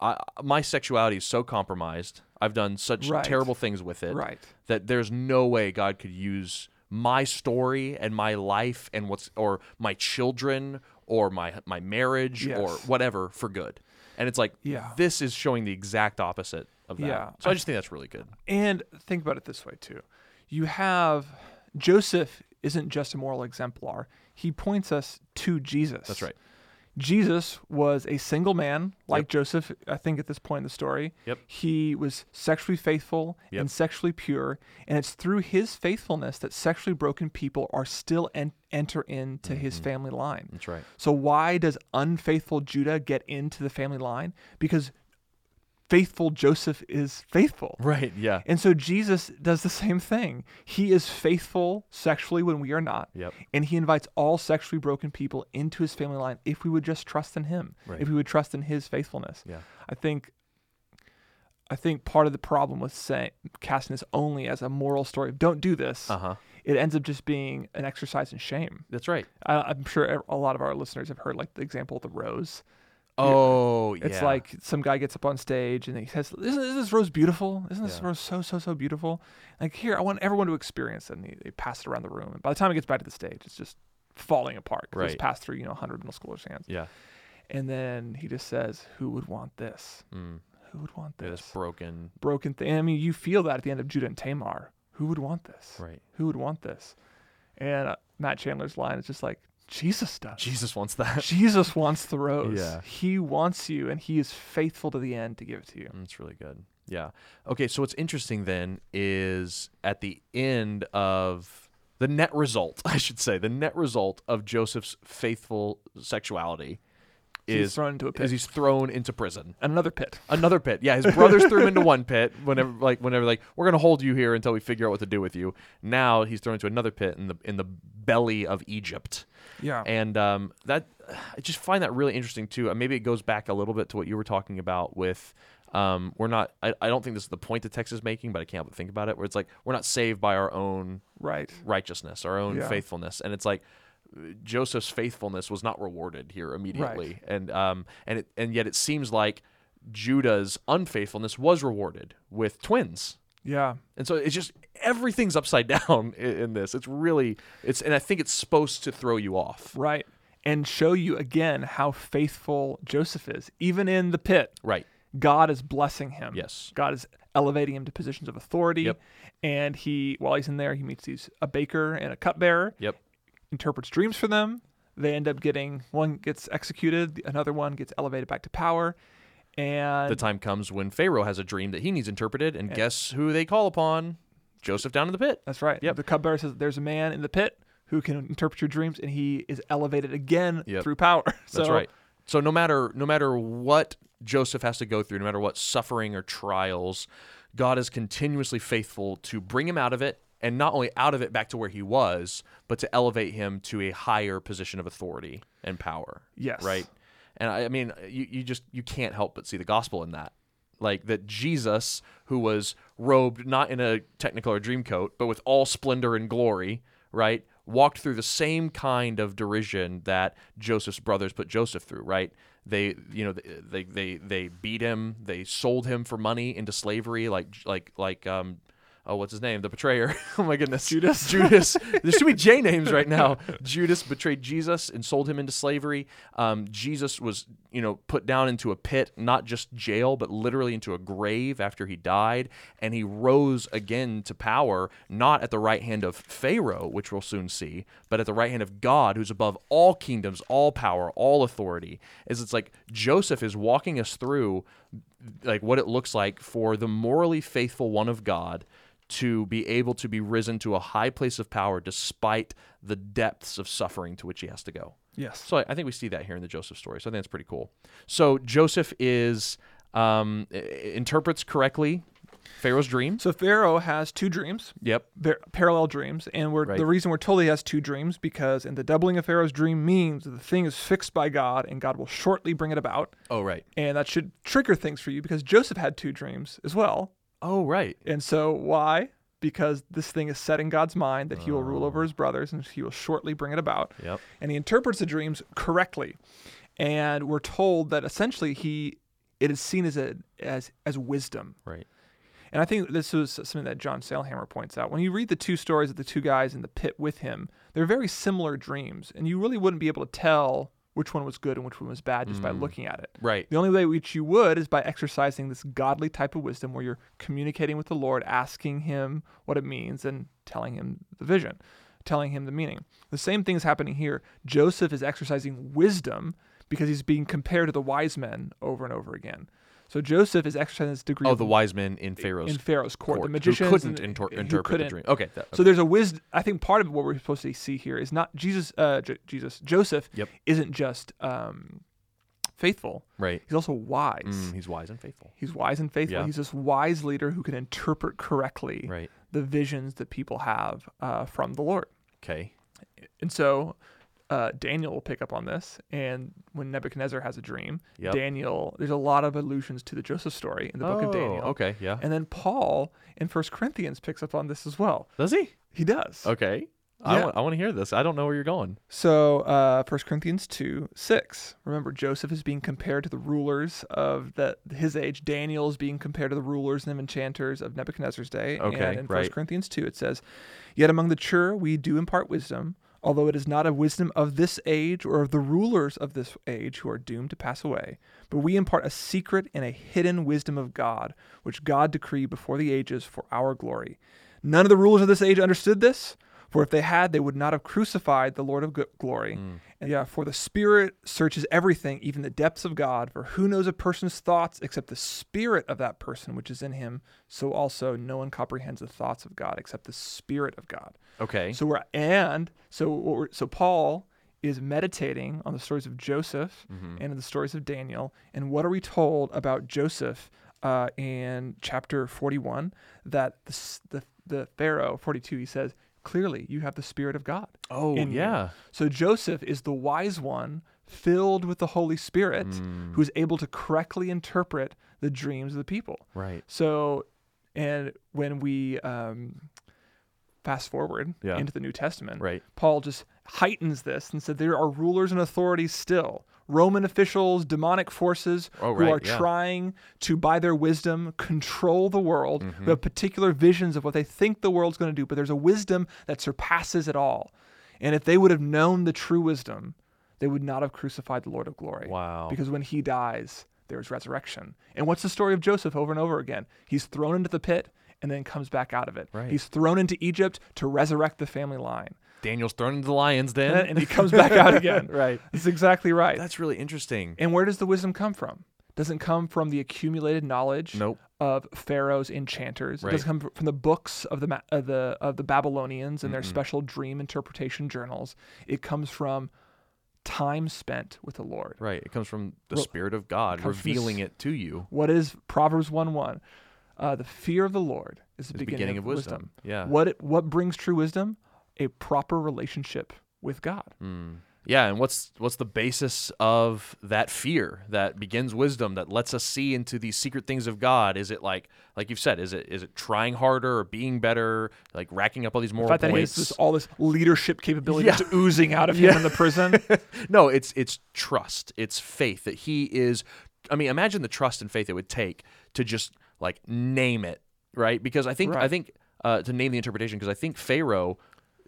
Speaker 1: I, my sexuality is so compromised. I've done such
Speaker 2: Right.
Speaker 1: terrible things with it
Speaker 2: Right.
Speaker 1: that there's no way God could use my story and my life and what's or my children or my my marriage or
Speaker 2: Yes.
Speaker 1: whatever for good. And it's like
Speaker 2: Yeah.
Speaker 1: this is showing the exact opposite of that.
Speaker 2: Yeah.
Speaker 1: So I just think that's really good.
Speaker 2: And think about it this way too. You have Joseph isn't just a moral exemplar. He points us to Jesus.
Speaker 1: That's right.
Speaker 2: Jesus was a single man, like Joseph, I think, at this point in the story.
Speaker 1: Yep.
Speaker 2: He was sexually faithful
Speaker 1: Yep.
Speaker 2: and sexually pure. And it's through his faithfulness that sexually broken people are still en- enter into his family line.
Speaker 1: Mm-hmm. That's right.
Speaker 2: So, why does unfaithful Judah get into the family line? Because faithful Joseph is faithful.
Speaker 1: Right. Yeah.
Speaker 2: And so Jesus does the same thing. He is faithful sexually when we are not.
Speaker 1: Yep.
Speaker 2: And he invites all sexually broken people into his family line if we would just trust in him,
Speaker 1: Right.
Speaker 2: if we would trust in his faithfulness.
Speaker 1: Yeah.
Speaker 2: I think I think part of the problem with saying casting this only as a moral story of don't do this,
Speaker 1: Uh huh.
Speaker 2: it ends up just being an exercise in shame.
Speaker 1: That's right.
Speaker 2: I, I'm sure e, a lot of our listeners have heard like the example of the rose.
Speaker 1: Oh, yeah.
Speaker 2: It's like some guy gets up on stage and he says, "Isn't, isn't this rose beautiful? Isn't this
Speaker 1: Yeah.
Speaker 2: rose so so so beautiful?" Like here, I want everyone to experience it. And they, they pass it around the room. And by the time it gets back to the stage, it's just falling apart. 'cause It's
Speaker 1: Right.
Speaker 2: passed through you know hundred middle schoolers' hands.
Speaker 1: yeah.
Speaker 2: And then he just says, "Who would want this?
Speaker 1: Mm.
Speaker 2: Who would want
Speaker 1: Yeah,
Speaker 2: this
Speaker 1: That's broken.
Speaker 2: broken thing?" I mean, you feel that at the end of Judah and Tamar. Who would want this?
Speaker 1: Right.
Speaker 2: Who would want this? And uh, Matt Chandler's line is just like, "Jesus
Speaker 1: *laughs*
Speaker 2: does."
Speaker 1: Jesus wants that.
Speaker 2: Jesus wants the rose.
Speaker 1: Yeah.
Speaker 2: He wants you, and he is faithful to the end to give it to you.
Speaker 1: That's really good. Yeah. Okay. So what's interesting then is at the end of the *laughs* net result, I should say, the net result of Joseph's faithful sexuality
Speaker 2: He's
Speaker 1: is
Speaker 2: thrown into a
Speaker 1: is
Speaker 2: pit.
Speaker 1: he's thrown into prison.
Speaker 2: And another pit.
Speaker 1: Another pit. Yeah, his brothers threw him into one pit whenever like whenever like we're gonna hold you here until we figure out what to do with you. Now he's thrown into another pit in the in the belly of Egypt.
Speaker 2: Yeah.
Speaker 1: And um, that I just find that really interesting too. And maybe it goes back a little bit to what you were talking about with um, we're not I, I don't think this is the point that Tex is making, but I can't but think about it, where it's like we're not saved by our own
Speaker 2: right.
Speaker 1: righteousness, our own
Speaker 2: Yeah.
Speaker 1: faithfulness. And it's like Joseph's faithfulness was not rewarded here immediately. And um and it, and yet it seems like Judah's unfaithfulness was rewarded with twins.
Speaker 2: Yeah.
Speaker 1: And so it's just everything's upside *laughs* down in, in this. It's really it's and I think it's supposed to throw you off.
Speaker 2: Right. And show you again how faithful Joseph is. Even in the pit,
Speaker 1: Right.
Speaker 2: God is blessing him.
Speaker 1: Yes.
Speaker 2: God is elevating him to positions of authority.
Speaker 1: Yep.
Speaker 2: And he while he's in there, he meets these a baker and a cupbearer.
Speaker 1: Yep.
Speaker 2: interprets dreams for them. They end up getting one gets executed, another one gets elevated back to power, and
Speaker 1: The time comes when Pharaoh has a dream that he needs interpreted, and guess who they call upon? Joseph down in the pit.
Speaker 2: that's right.
Speaker 1: Yep.
Speaker 2: The cupbearer says, "There's a man in the pit who can interpret your dreams, and he is elevated again
Speaker 1: Yep.
Speaker 2: through power." *laughs* so,
Speaker 1: That's right. So no matter no matter what Joseph has to go through, no matter what suffering or trials, God is continuously faithful to bring him out of it, and not only out of it back to where he was, but to elevate him to a higher position of authority and power.
Speaker 2: Yes.
Speaker 1: Right. And I, I mean, you, you just you can't help but see the gospel in that. Like that Jesus, who was robed not in a technicolor dream coat, but with all splendor and glory, right, walked through the same kind of derision that Joseph's brothers put Joseph through, right? They, you know, they they they beat him, they sold him for money into slavery, like like like um, oh, what's his name? The betrayer. *laughs* oh my goodness. Judas. *laughs* Judas. There's too many J names right now. Judas betrayed Jesus and sold him into slavery. Um, Jesus was, you know, put down into a pit, not just jail, but literally into a grave after he died. And he rose again to power, not at the right hand of Pharaoh, which we'll soon see, but at the right hand of God, who's above all kingdoms, all power, all authority. Is it's like Joseph is walking us through like what it looks like for the morally faithful one of God to be able to be risen to a high place of power despite the depths of suffering to which he has to go.
Speaker 2: Yes.
Speaker 1: So I, I think we see that here in the Joseph story. So I think that's pretty cool. So Joseph is um, i- i- interprets correctly Pharaoh's dreams.
Speaker 2: So Pharaoh has two dreams.
Speaker 1: Yep.
Speaker 2: They're parallel dreams, and we're,
Speaker 1: Right.
Speaker 2: the reason we're told he has two dreams because in the doubling of Pharaoh's dream means that the thing is fixed by God, and God will shortly bring it about,
Speaker 1: Oh right.
Speaker 2: and that should trigger things for you because Joseph had two dreams as well,
Speaker 1: Oh right.
Speaker 2: And so why? Because this thing is set in God's mind that he will rule over his brothers and he will shortly bring it about.
Speaker 1: Oh. Yep.
Speaker 2: And he interprets the dreams correctly. And we're told that essentially he it is seen as a as as wisdom.
Speaker 1: Right.
Speaker 2: And I think this was something that John Salehammer points out. When you read the two stories of the two guys in the pit with him, they're very similar dreams, and you really wouldn't be able to tell which one was good and which one was bad just by looking at it.
Speaker 1: Right.
Speaker 2: The only way which you would is by exercising this godly type of wisdom where you're communicating with the Lord, asking Him what it means, and telling Him the vision, telling Him the meaning. The same thing is happening here. Joseph is exercising wisdom because he's being compared to the wise men over and over again. So Joseph is exercising this degree
Speaker 1: Oh,
Speaker 2: of
Speaker 1: the wise men in Pharaoh's
Speaker 2: in Pharaoh's court,
Speaker 1: court
Speaker 2: the magicians
Speaker 1: who couldn't
Speaker 2: and-
Speaker 1: inter-
Speaker 2: who
Speaker 1: interpret
Speaker 2: couldn't.
Speaker 1: the dream. Okay. That,
Speaker 2: So there's a wisdom. I think part of what we're supposed to see here is not Jesus. Uh, J- Jesus Joseph
Speaker 1: Yep.
Speaker 2: isn't just um, faithful;
Speaker 1: right.
Speaker 2: he's also wise.
Speaker 1: Mm, he's wise and faithful.
Speaker 2: He's wise and faithful.
Speaker 1: Yeah.
Speaker 2: He's this wise leader who can interpret correctly
Speaker 1: Right.
Speaker 2: the visions that people have uh, from the Lord.
Speaker 1: Okay.
Speaker 2: And so uh, Daniel will pick up on this. And when Nebuchadnezzar has a dream,
Speaker 1: Yep.
Speaker 2: Daniel, there's a lot of allusions to the Joseph story in the book of
Speaker 1: Oh,
Speaker 2: Daniel.
Speaker 1: Okay. Yeah.
Speaker 2: And then Paul in First Corinthians picks up on this as well.
Speaker 1: Does he?
Speaker 2: He does.
Speaker 1: Okay.
Speaker 2: Yeah.
Speaker 1: I, want, I want to hear this. I don't know where you're going.
Speaker 2: So, uh, 1 Corinthians 2 6. Remember, Joseph is being compared to the rulers of the, his age. Daniel is being compared to the rulers and enchanters of Nebuchadnezzar's day.
Speaker 1: Okay,
Speaker 2: and in
Speaker 1: right.
Speaker 2: 1 Corinthians 2, it says, Yet among the chur we do impart wisdom, although it is not of wisdom of this age or of the rulers of this age who are doomed to pass away, but we impart a secret and a hidden wisdom of God, which God decreed before the ages for our glory. None of the rulers of this age understood this, for if they had, they would not have crucified the Lord of gl- glory. And yeah, for the Spirit searches everything, even the depths of God. For who knows a person's thoughts except the Spirit of that person which is in him? So also, no one comprehends the thoughts of God except the Spirit of God.
Speaker 1: Okay.
Speaker 2: So we're and so what we're, so Paul is meditating on the stories of Joseph and the stories of Daniel. And what are we told about Joseph uh, in chapter 41? That the, s- the, the Pharaoh, 42, he says, clearly you have the Spirit of God.
Speaker 1: Oh,
Speaker 2: in you."
Speaker 1: yeah.
Speaker 2: So Joseph is the wise one filled with the Holy Spirit who's able to correctly interpret the dreams of the people.
Speaker 1: Right.
Speaker 2: So, and when we um, fast forward
Speaker 1: Yeah.
Speaker 2: into the New Testament,
Speaker 1: Right.
Speaker 2: Paul just heightens this and said there are rulers and authorities still. Roman officials, demonic forces
Speaker 1: Oh,
Speaker 2: who
Speaker 1: right,
Speaker 2: are
Speaker 1: yeah.
Speaker 2: trying to, by their wisdom, control the world.
Speaker 1: Mm-hmm.
Speaker 2: They have particular visions of what they think the world's going to do, but there's a wisdom that surpasses it all. And if they would have known the true wisdom, they would not have crucified the Lord of glory.
Speaker 1: Wow.
Speaker 2: Because when he dies, there is resurrection. And what's the story of Joseph over and over again? He's thrown into the pit and then comes back out of it.
Speaker 1: Right.
Speaker 2: He's thrown into Egypt to resurrect the family line.
Speaker 1: Daniel's thrown into the lions *laughs* then.
Speaker 2: And he comes back
Speaker 1: *laughs*
Speaker 2: out again.
Speaker 1: Right.
Speaker 2: That's exactly right.
Speaker 1: That's really interesting.
Speaker 2: and where does the wisdom come from? Doesn't come from the accumulated knowledge
Speaker 1: Nope.
Speaker 2: of Pharaoh's enchanters.
Speaker 1: Right.
Speaker 2: It doesn't come fr- from the books of the ma- of the of the Babylonians and their special dream interpretation journals. It comes from time spent with the Lord.
Speaker 1: Right. It comes from the Spirit of God
Speaker 2: comes from the s-
Speaker 1: revealing it to you.
Speaker 2: What is Proverbs 1 1? Uh, the fear of the Lord is the
Speaker 1: the
Speaker 2: beginning, of, wisdom.
Speaker 1: Yeah.
Speaker 2: What, it, what brings true wisdom? A proper relationship with God.
Speaker 1: Yeah, and what's what's the basis of that fear that begins wisdom that lets us see into these secret things of God? Is it like like you've said, is it is it trying harder or being better, like racking up all these
Speaker 2: The
Speaker 1: moral
Speaker 2: fact that he has
Speaker 1: points?
Speaker 2: this, all this leadership capability
Speaker 1: Yeah.
Speaker 2: that's oozing out of him in the prison.
Speaker 1: *laughs* no, it's it's trust. It's faith that he is I mean, imagine the trust and faith it would take to just like name it, right? Because I think I
Speaker 2: Right.
Speaker 1: think uh, to name the interpretation because I think Pharaoh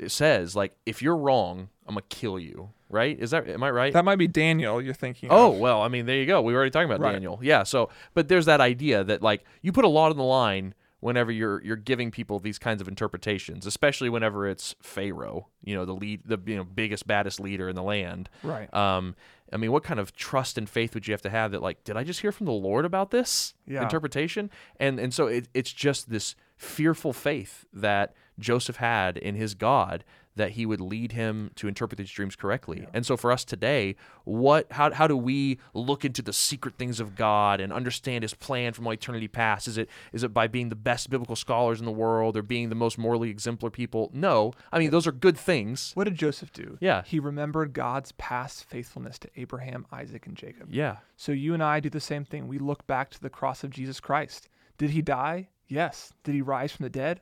Speaker 1: says like if you're wrong, I'm going to kill you, right? Is that am I right?
Speaker 2: that might be Daniel you're thinking
Speaker 1: Oh,
Speaker 2: of.
Speaker 1: well, I mean, there you go. We were already talking about
Speaker 2: Right.
Speaker 1: Daniel. Yeah, so but there's that idea that like you put a lot on the line whenever you're you're giving people these kinds of interpretations, especially whenever it's Pharaoh, you know, the lead the you know biggest baddest leader in the land.
Speaker 2: Right.
Speaker 1: Um I mean, what kind of trust and faith would you have to have that like did I just hear from the Lord about this
Speaker 2: Yeah.
Speaker 1: interpretation? And and so it, it's just this fearful faith that Joseph had in his God that he would lead him to interpret these dreams correctly. And so for us today, what how how do we look into the secret things of God and understand his plan from all eternity past? Is it is it by being the best biblical scholars in the world or being the most morally exemplar people? No. I mean, those are good things.
Speaker 2: What did Joseph do?
Speaker 1: Yeah.
Speaker 2: He remembered God's past faithfulness to Abraham, Isaac, and Jacob.
Speaker 1: Yeah.
Speaker 2: So you and I do the same thing. We look back to the cross of Jesus Christ. Did he die? Yes. Did he rise from the dead?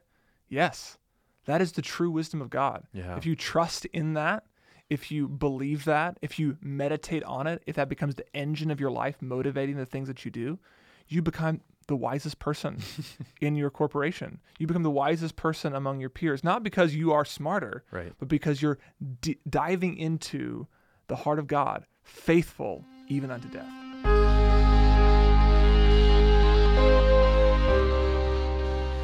Speaker 2: Yes. That is the true wisdom of God.
Speaker 1: Yeah.
Speaker 2: If you trust in that, if you believe that, if you meditate on it, if that becomes the engine of your life, motivating the things that you do, you become the
Speaker 1: *laughs*
Speaker 2: wisest person in your corporation. You become the wisest person among your peers, not because you are smarter,
Speaker 1: Right.
Speaker 2: but because you're d- diving into the heart of God, faithful even unto death.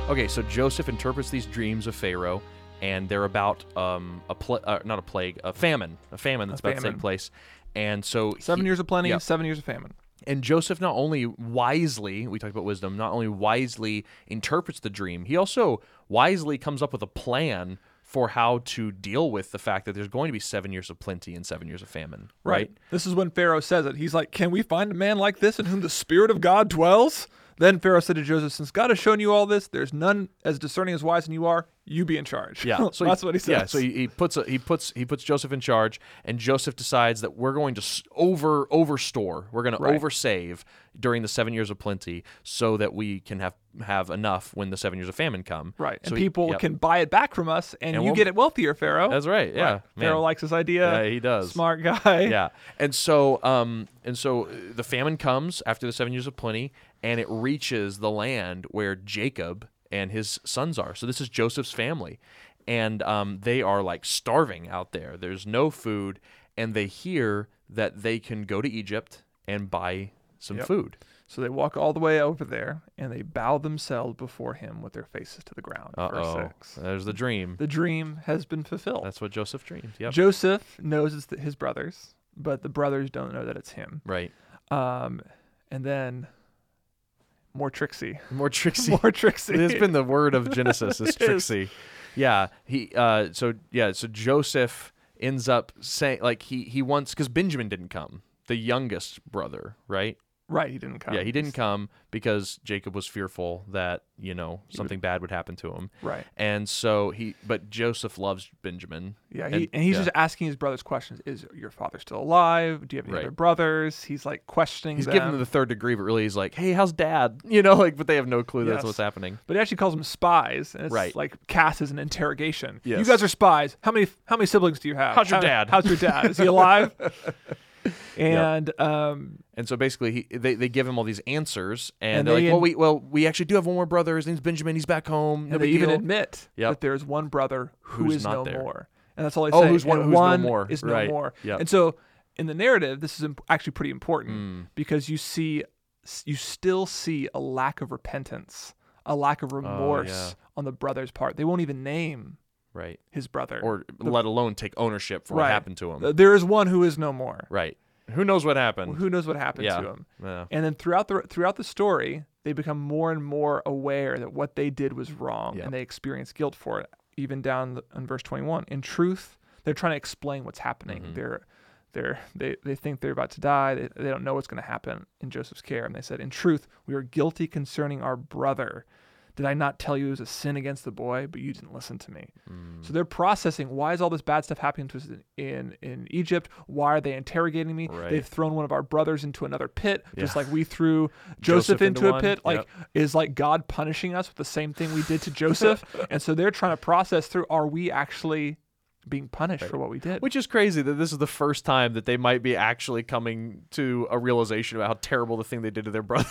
Speaker 1: Okay, so Joseph interprets these dreams of Pharaoh, and they're about um, a pl- uh, not a plague, a famine, a famine that's about to take
Speaker 2: famine.
Speaker 1: place. And so
Speaker 2: Seven
Speaker 1: he-
Speaker 2: years of plenty,
Speaker 1: yeah.
Speaker 2: seven years of famine.
Speaker 1: and Joseph not only wisely, we talked about wisdom, not only wisely interprets the dream, he also wisely comes up with a plan for how to deal with the fact that there's going to be seven years of plenty and seven years of famine. Right?
Speaker 2: This is when Pharaoh says it. He's like, Can we find a man like this in whom the Spirit of God dwells? Then Pharaoh said to Joseph, Since God has shown you all this, there's none as discerning as wise as you are. You be in charge. *laughs*
Speaker 1: Yeah,
Speaker 2: so that's what he says.
Speaker 1: Yeah, so he, he puts a, he puts he puts Joseph in charge, and Joseph decides that we're going to s- over overstore, we're going to over oversave during the seven years of plenty, so that we can have have enough when the seven years of famine come.
Speaker 2: right.
Speaker 1: So
Speaker 2: and
Speaker 1: he-
Speaker 2: people
Speaker 1: yep.
Speaker 2: can buy it back from us, and,
Speaker 1: And
Speaker 2: you
Speaker 1: we'll-
Speaker 2: get it wealthier, Pharaoh.
Speaker 1: That's right. Yeah. man.
Speaker 2: Pharaoh likes this idea.
Speaker 1: Yeah, he does.
Speaker 2: Smart guy.
Speaker 1: *laughs* yeah. And so um and so uh, the famine comes after the 7 years of plenty and it reaches the land where Jacob and his sons are. So this is Joseph's family and um they are like starving out there. There's no food and they hear that they can go to Egypt and buy some food.
Speaker 2: *laughs* So they walk all the way over there, and they bow themselves before him with their faces to the ground.
Speaker 1: Uh-oh.
Speaker 2: Verse 6.
Speaker 1: There's the dream.
Speaker 2: The dream has been fulfilled.
Speaker 1: That's what Joseph dreamed. Yep.
Speaker 2: Joseph knows it's th- his brothers, but the brothers don't know that it's him.
Speaker 1: right.
Speaker 2: Um, and then more Trixie, *laughs*
Speaker 1: More tricksy.
Speaker 2: more Trixie.
Speaker 1: It's been the word of Genesis is
Speaker 2: It is.
Speaker 1: Trixie. Yeah, he. Uh, so yeah, so Joseph ends up saying like he he wants because Benjamin didn't come, the youngest brother, right?
Speaker 2: *laughs* Right, he didn't come.
Speaker 1: Yeah, he didn't come because Jacob was fearful that, you know, something bad would happen to him.
Speaker 2: Right.
Speaker 1: And so he but Joseph loves Benjamin.
Speaker 2: Yeah, he, and, he's
Speaker 1: yeah.
Speaker 2: just asking his brothers questions. Is your father still alive? Do you have any
Speaker 1: Right.
Speaker 2: other brothers? He's like questioning
Speaker 1: He's
Speaker 2: them.
Speaker 1: giving them the third degree, but really he's like, Hey, how's dad? *laughs* You know, like but they have no clue that's
Speaker 2: Yes.
Speaker 1: what's happening.
Speaker 2: but he actually calls them spies, and it's
Speaker 1: Right.
Speaker 2: like cast as an interrogation. You
Speaker 1: Yes.
Speaker 2: guys are spies. How many how many siblings do you have?
Speaker 1: How's your
Speaker 2: How-
Speaker 1: dad?"
Speaker 2: How's your dad? Is
Speaker 1: *laughs*
Speaker 2: he alive? *laughs* and um,
Speaker 1: And so basically he, they, they give him all these answers and,
Speaker 2: And
Speaker 1: they're
Speaker 2: they
Speaker 1: like, Well
Speaker 2: in-
Speaker 1: we well, we actually do have one more brother, his name's Benjamin, he's back home.
Speaker 2: and
Speaker 1: no
Speaker 2: they
Speaker 1: big
Speaker 2: even
Speaker 1: deal.
Speaker 2: admit
Speaker 1: Yep.
Speaker 2: that there's one brother who
Speaker 1: Who's
Speaker 2: is
Speaker 1: not
Speaker 2: no
Speaker 1: there.
Speaker 2: more, and that's all they
Speaker 1: Oh,
Speaker 2: say.
Speaker 1: who's one-
Speaker 2: and
Speaker 1: who's no
Speaker 2: one
Speaker 1: more.
Speaker 2: Is no
Speaker 1: Right.
Speaker 2: more.
Speaker 1: Yep.
Speaker 2: And so in the narrative, this is imp- actually pretty important
Speaker 1: Mm.
Speaker 2: because you see you still see a lack of repentance, a lack
Speaker 1: Oh,
Speaker 2: of remorse on the brother's part. They won't even name
Speaker 1: Right.
Speaker 2: his brother.
Speaker 1: Or let alone take ownership for what
Speaker 2: Right.
Speaker 1: happened to him.
Speaker 2: Uh, There is one who is no more.
Speaker 1: right. Who knows what happened?
Speaker 2: Who knows what happened
Speaker 1: yeah.
Speaker 2: to him?
Speaker 1: Yeah.
Speaker 2: And then throughout the throughout the story, they become more and more aware that what they did was wrong,
Speaker 1: Yep.
Speaker 2: and they experience guilt for it. Even down the, in verse twenty one, in truth, they're trying to explain what's happening.
Speaker 1: Mm-hmm.
Speaker 2: They're they're they, they think they're about to die. They, they don't know what's going to happen in Joseph's care, and they said, "In truth, we are guilty concerning our brother." Did I not tell you it was a sin against the boy, but you didn't listen to me? So they're processing why is all this bad stuff happening to us in in, in Egypt? Why are they interrogating me?
Speaker 1: Right.
Speaker 2: They've thrown one of our brothers into another pit, just
Speaker 1: Yeah.
Speaker 2: like we threw
Speaker 1: *laughs*
Speaker 2: Joseph,
Speaker 1: Joseph into
Speaker 2: into, a
Speaker 1: one,
Speaker 2: pit. Like
Speaker 1: yep.
Speaker 2: is like God punishing us with the same thing
Speaker 1: *laughs*
Speaker 2: we did to Joseph? and so they're trying to process through: Are we actually being punished for what we did?
Speaker 1: Which is crazy that this is the first time that they might be actually coming to a realization about how terrible the thing they did to their *laughs* brother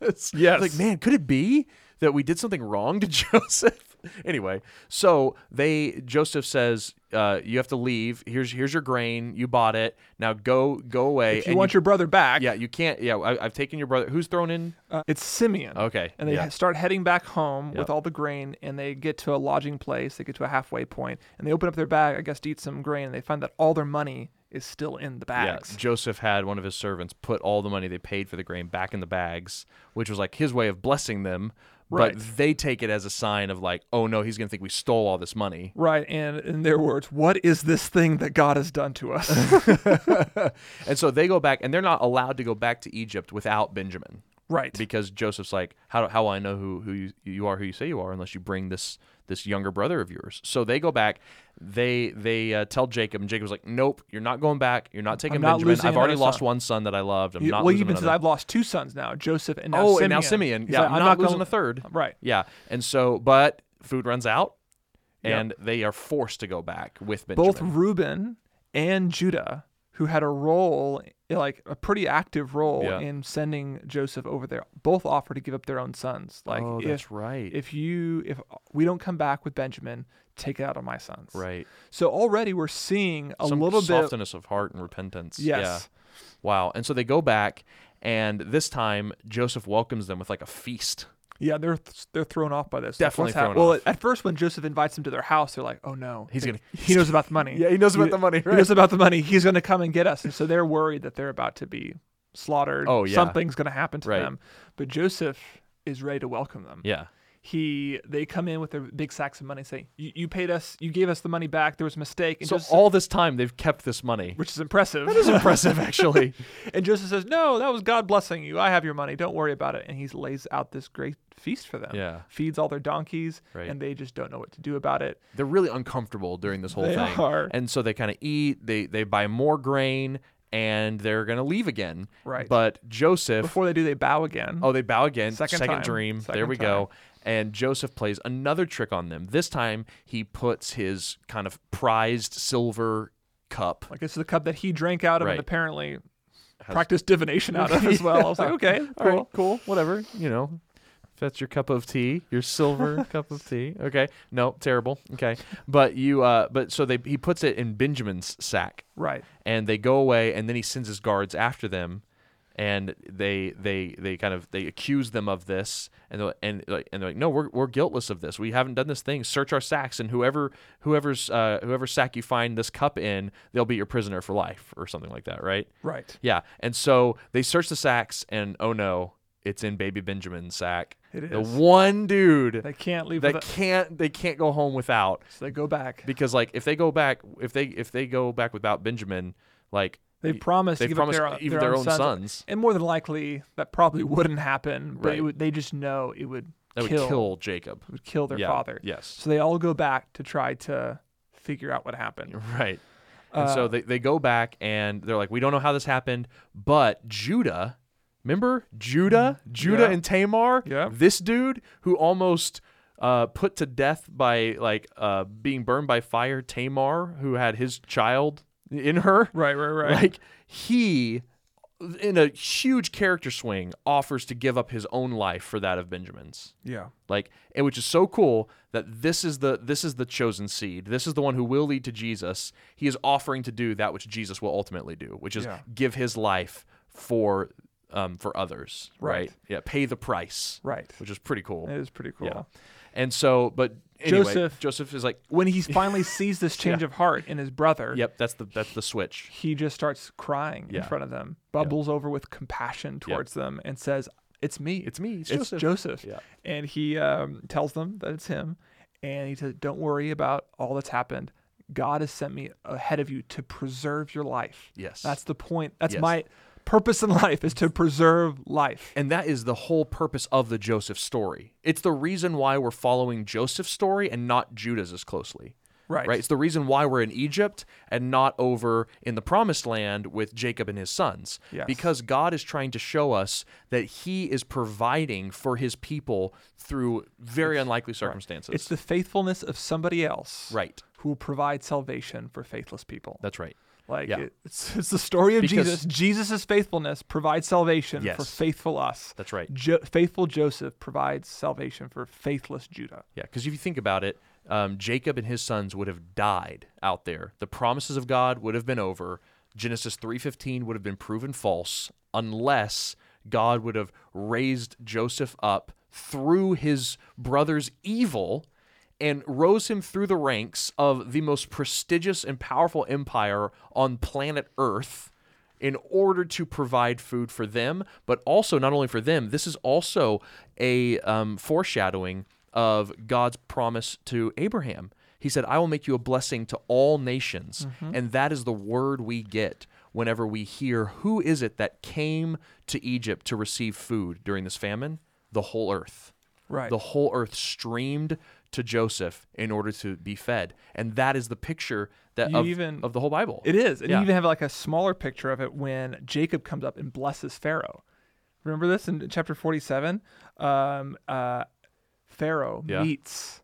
Speaker 1: was.
Speaker 2: Yes.
Speaker 1: Like, man, could it be that we did something wrong to *laughs* Joseph? anyway, so they Joseph says, uh, you have to leave. Here's here's your grain. You bought it. Now go go away.
Speaker 2: if you
Speaker 1: And
Speaker 2: want your brother back,
Speaker 1: Yeah, you can't. Yeah, I, I've taken your brother. Who's thrown in?
Speaker 2: uh, it's Simeon.
Speaker 1: Okay.
Speaker 2: And they
Speaker 1: yeah.
Speaker 2: he- start heading back home
Speaker 1: Yep.
Speaker 2: with all the grain, and they get to a lodging place. They get to a halfway point, and they open up their bag, I guess, to eat some grain, and they find that all their money is still in the
Speaker 1: Yeah,
Speaker 2: bags.
Speaker 1: Joseph had one of his servants put all the money they paid for the grain back in the bags, which was like his way of blessing them.
Speaker 2: Right.
Speaker 1: But they take it as a sign of like, oh no, he's gonna think we stole all this money.
Speaker 2: Right, and in their words, what is this thing that God has done to us?
Speaker 1: *laughs*
Speaker 2: *laughs*
Speaker 1: And so they go back, and they're not allowed to go back to Egypt without Benjamin,
Speaker 2: right.
Speaker 1: because Joseph's like, how do, how will I know who who you, you are, who you say you are, unless you bring this this younger brother of yours. So they go back. They they uh, tell Jacob, and Jacob's like, nope, you're not going back. You're not taking
Speaker 2: not
Speaker 1: Benjamin.
Speaker 2: losing
Speaker 1: I've already
Speaker 2: another
Speaker 1: lost
Speaker 2: son."
Speaker 1: one son that I loved. I'm
Speaker 2: You-
Speaker 1: not
Speaker 2: well,
Speaker 1: losing
Speaker 2: even
Speaker 1: another.
Speaker 2: says I've lost two sons now, Joseph and now
Speaker 1: oh,
Speaker 2: Simeon.
Speaker 1: and now Simeon.
Speaker 2: He's
Speaker 1: Yeah,
Speaker 2: like,
Speaker 1: I'm, not, losing
Speaker 2: gonna-
Speaker 1: a third.
Speaker 2: Right.
Speaker 1: Yeah. And so, but food runs out,
Speaker 2: Yep.
Speaker 1: and they are forced to go back with Benjamin.
Speaker 2: Both Reuben and Judah, who had a role, like a pretty active role
Speaker 1: Yeah.
Speaker 2: in sending Joseph over there, both offer to give up their own sons. Like,
Speaker 1: oh,
Speaker 2: if,
Speaker 1: that's right.
Speaker 2: if you, if we don't come back with Benjamin, take it out on my sons.
Speaker 1: right.
Speaker 2: So already we're seeing a
Speaker 1: Some
Speaker 2: little bit.
Speaker 1: softness of heart and repentance.
Speaker 2: Yes.
Speaker 1: Yeah. Wow. And so they go back, and this time Joseph welcomes them with like a feast.
Speaker 2: Yeah, they're th- they're thrown off by this.
Speaker 1: Definitely
Speaker 2: like, what's hap-
Speaker 1: thrown
Speaker 2: Well,
Speaker 1: off.
Speaker 2: at first when Joseph invites them to their house, they're like, "Oh no,
Speaker 1: He's
Speaker 2: They-
Speaker 1: gonna-
Speaker 2: he knows about the
Speaker 1: *laughs*
Speaker 2: money."
Speaker 1: Yeah, he knows about the money,
Speaker 2: *laughs* He
Speaker 1: right.
Speaker 2: knows about the money. He's going to come and get us, and so they're worried that they're about to be slaughtered.
Speaker 1: Oh, yeah.
Speaker 2: something's going to happen to
Speaker 1: Right.
Speaker 2: them. But Joseph is ready to welcome them.
Speaker 1: Yeah.
Speaker 2: He they come in with their big sacks of money, saying, "You you paid us. You gave us the money back. There was a mistake." And
Speaker 1: So
Speaker 2: Joseph-
Speaker 1: all this time they've kept this *laughs* money.
Speaker 2: which is impressive. *laughs*
Speaker 1: That is impressive, actually.
Speaker 2: and Joseph says, "No, that was God blessing you. I have your money. Don't worry about it." And he lays out this great feast for them.
Speaker 1: *laughs* Yeah.
Speaker 2: feeds all their donkeys,
Speaker 1: Right.
Speaker 2: and they just don't know what to do about it.
Speaker 1: They're really uncomfortable during this whole
Speaker 2: They
Speaker 1: thing.
Speaker 2: are.
Speaker 1: And so they kind of eat, they they buy more grain, and they're going to leave again.
Speaker 2: Right.
Speaker 1: But Joseph
Speaker 2: Before they do, they bow again.
Speaker 1: Oh, they bow again. Second,
Speaker 2: Second time.
Speaker 1: dream. there
Speaker 2: Second
Speaker 1: we go. And Joseph plays another trick on them. This time he puts his kind of prized silver cup.
Speaker 2: like it's the cup that he drank out of,
Speaker 1: Right.
Speaker 2: and apparently practiced divination out of as well. I
Speaker 1: *laughs*
Speaker 2: was like, okay,
Speaker 1: All
Speaker 2: cool.
Speaker 1: right, cool, whatever. You know, if that's your cup of tea, your *laughs* silver cup of tea. Okay, no, terrible. *laughs* Okay, but you, uh, but so they he puts it in Benjamin's sack,
Speaker 2: Right.
Speaker 1: and they go away, and then he sends his guards after them. And they they they kind of they accuse them of this, and they're, and like and they're like, no, we're, we're guiltless of this. We haven't done this thing. Search our sacks, and whoever whoever's uh, whoever sack you find this cup in, they'll be your prisoner for life, or something like that, right?
Speaker 2: Right.
Speaker 1: Yeah. And so they search the sacks, and oh no, It's in Baby Benjamin's sack.
Speaker 2: It
Speaker 1: The
Speaker 2: is.
Speaker 1: one dude
Speaker 2: They can't leave.
Speaker 1: that
Speaker 2: without-
Speaker 1: can't they can't go home without
Speaker 2: so they go back.
Speaker 1: because like if they go back if they if they go back without Benjamin like
Speaker 2: They promised
Speaker 1: they
Speaker 2: to give up
Speaker 1: promised
Speaker 2: their,
Speaker 1: even their own sons.
Speaker 2: and more than likely that probably wouldn't happen. But it
Speaker 1: Right.
Speaker 2: would, they just know it would
Speaker 1: that
Speaker 2: kill,
Speaker 1: would kill Jacob
Speaker 2: it would kill their
Speaker 1: Yeah,
Speaker 2: father.
Speaker 1: Yes,
Speaker 2: *laughs* So they all go back to try to figure out what happened.
Speaker 1: right. And
Speaker 2: Uh,
Speaker 1: so they, they go back and they're like, we don't know how this happened, but Judah, remember Judah, Judah
Speaker 2: Yeah.
Speaker 1: and Tamar,
Speaker 2: Yeah.
Speaker 1: this dude who almost uh, put to death by like uh, being burned by fire, Tamar, who had his child in her,
Speaker 2: Right, right, right.
Speaker 1: like he, in a huge character swing, offers to give up his own life for that of Benjamin's
Speaker 2: yeah.
Speaker 1: like and which is so cool that this is the this is the chosen seed this is the one who will lead to jesus he is offering to do that which jesus will ultimately do which is
Speaker 2: Yeah.
Speaker 1: give his life for um for others right,
Speaker 2: Right.
Speaker 1: yeah pay the price
Speaker 2: Right.
Speaker 1: which is pretty cool
Speaker 2: It is pretty cool.
Speaker 1: yeah and so but anyway,
Speaker 2: Joseph-
Speaker 1: joseph is like
Speaker 2: When he
Speaker 1: *laughs*
Speaker 2: finally sees this change of heart in his brother,
Speaker 1: yep that's the that's the switch
Speaker 2: he just starts crying
Speaker 1: Yeah.
Speaker 2: in front of them, bubbles over with compassion towards them, and says, "It's me.
Speaker 1: it's me it's,
Speaker 2: it's
Speaker 1: joseph
Speaker 2: Joseph.
Speaker 1: Yeah.
Speaker 2: And he um, tells them that it's him. And he says, Don't worry about all that's happened. God has sent me ahead of you to preserve your life.
Speaker 1: Yes.
Speaker 2: That's the point. That's
Speaker 1: Yes.
Speaker 2: my purpose in *laughs* life is to preserve life.
Speaker 1: And that is the whole purpose of the Joseph story. It's the reason why we're following Joseph's story and not Judah's as closely.
Speaker 2: Right.
Speaker 1: Right. It's the reason why we're in Egypt and not over in the promised land with Jacob and his sons.
Speaker 2: Yes.
Speaker 1: Because God is trying to show us that he is providing for his people through very unlikely circumstances.
Speaker 2: It's the faithfulness of somebody else
Speaker 1: right.
Speaker 2: who will provide salvation for faithless people.
Speaker 1: That's right.
Speaker 2: like
Speaker 1: yeah.
Speaker 2: it's, it's the story of
Speaker 1: Because-
Speaker 2: Jesus. Jesus' faithfulness provides salvation for
Speaker 1: Yes.
Speaker 2: faithful us.
Speaker 1: That's right.
Speaker 2: Jo- faithful Joseph provides salvation for faithless Judah.
Speaker 1: Yeah, because if you think about it, um, Jacob and his sons would have died out there. The promises of God would have been over. Genesis three fifteen would have been proven false unless God would have raised Joseph up through his brother's evil and rose him through the ranks of the most prestigious and powerful empire on planet Earth in order to provide food for them, but also not only for them, this is also a um, foreshadowing of God's promise to Abraham. He said, I will make you a blessing to all nations.
Speaker 2: Mm-hmm.
Speaker 1: And that is the word we get whenever we hear who is it that came to Egypt to receive food during this famine? The whole earth.
Speaker 2: Right.
Speaker 1: The whole earth streamed to Joseph in order to be fed. And that is the picture that
Speaker 2: You
Speaker 1: of,
Speaker 2: even-
Speaker 1: of the whole Bible.
Speaker 2: It is. And
Speaker 1: Yeah.
Speaker 2: you even have like a smaller picture of it when Jacob comes up and blesses Pharaoh. Remember this in chapter 47? Um, uh, Pharaoh
Speaker 1: Yeah.
Speaker 2: meets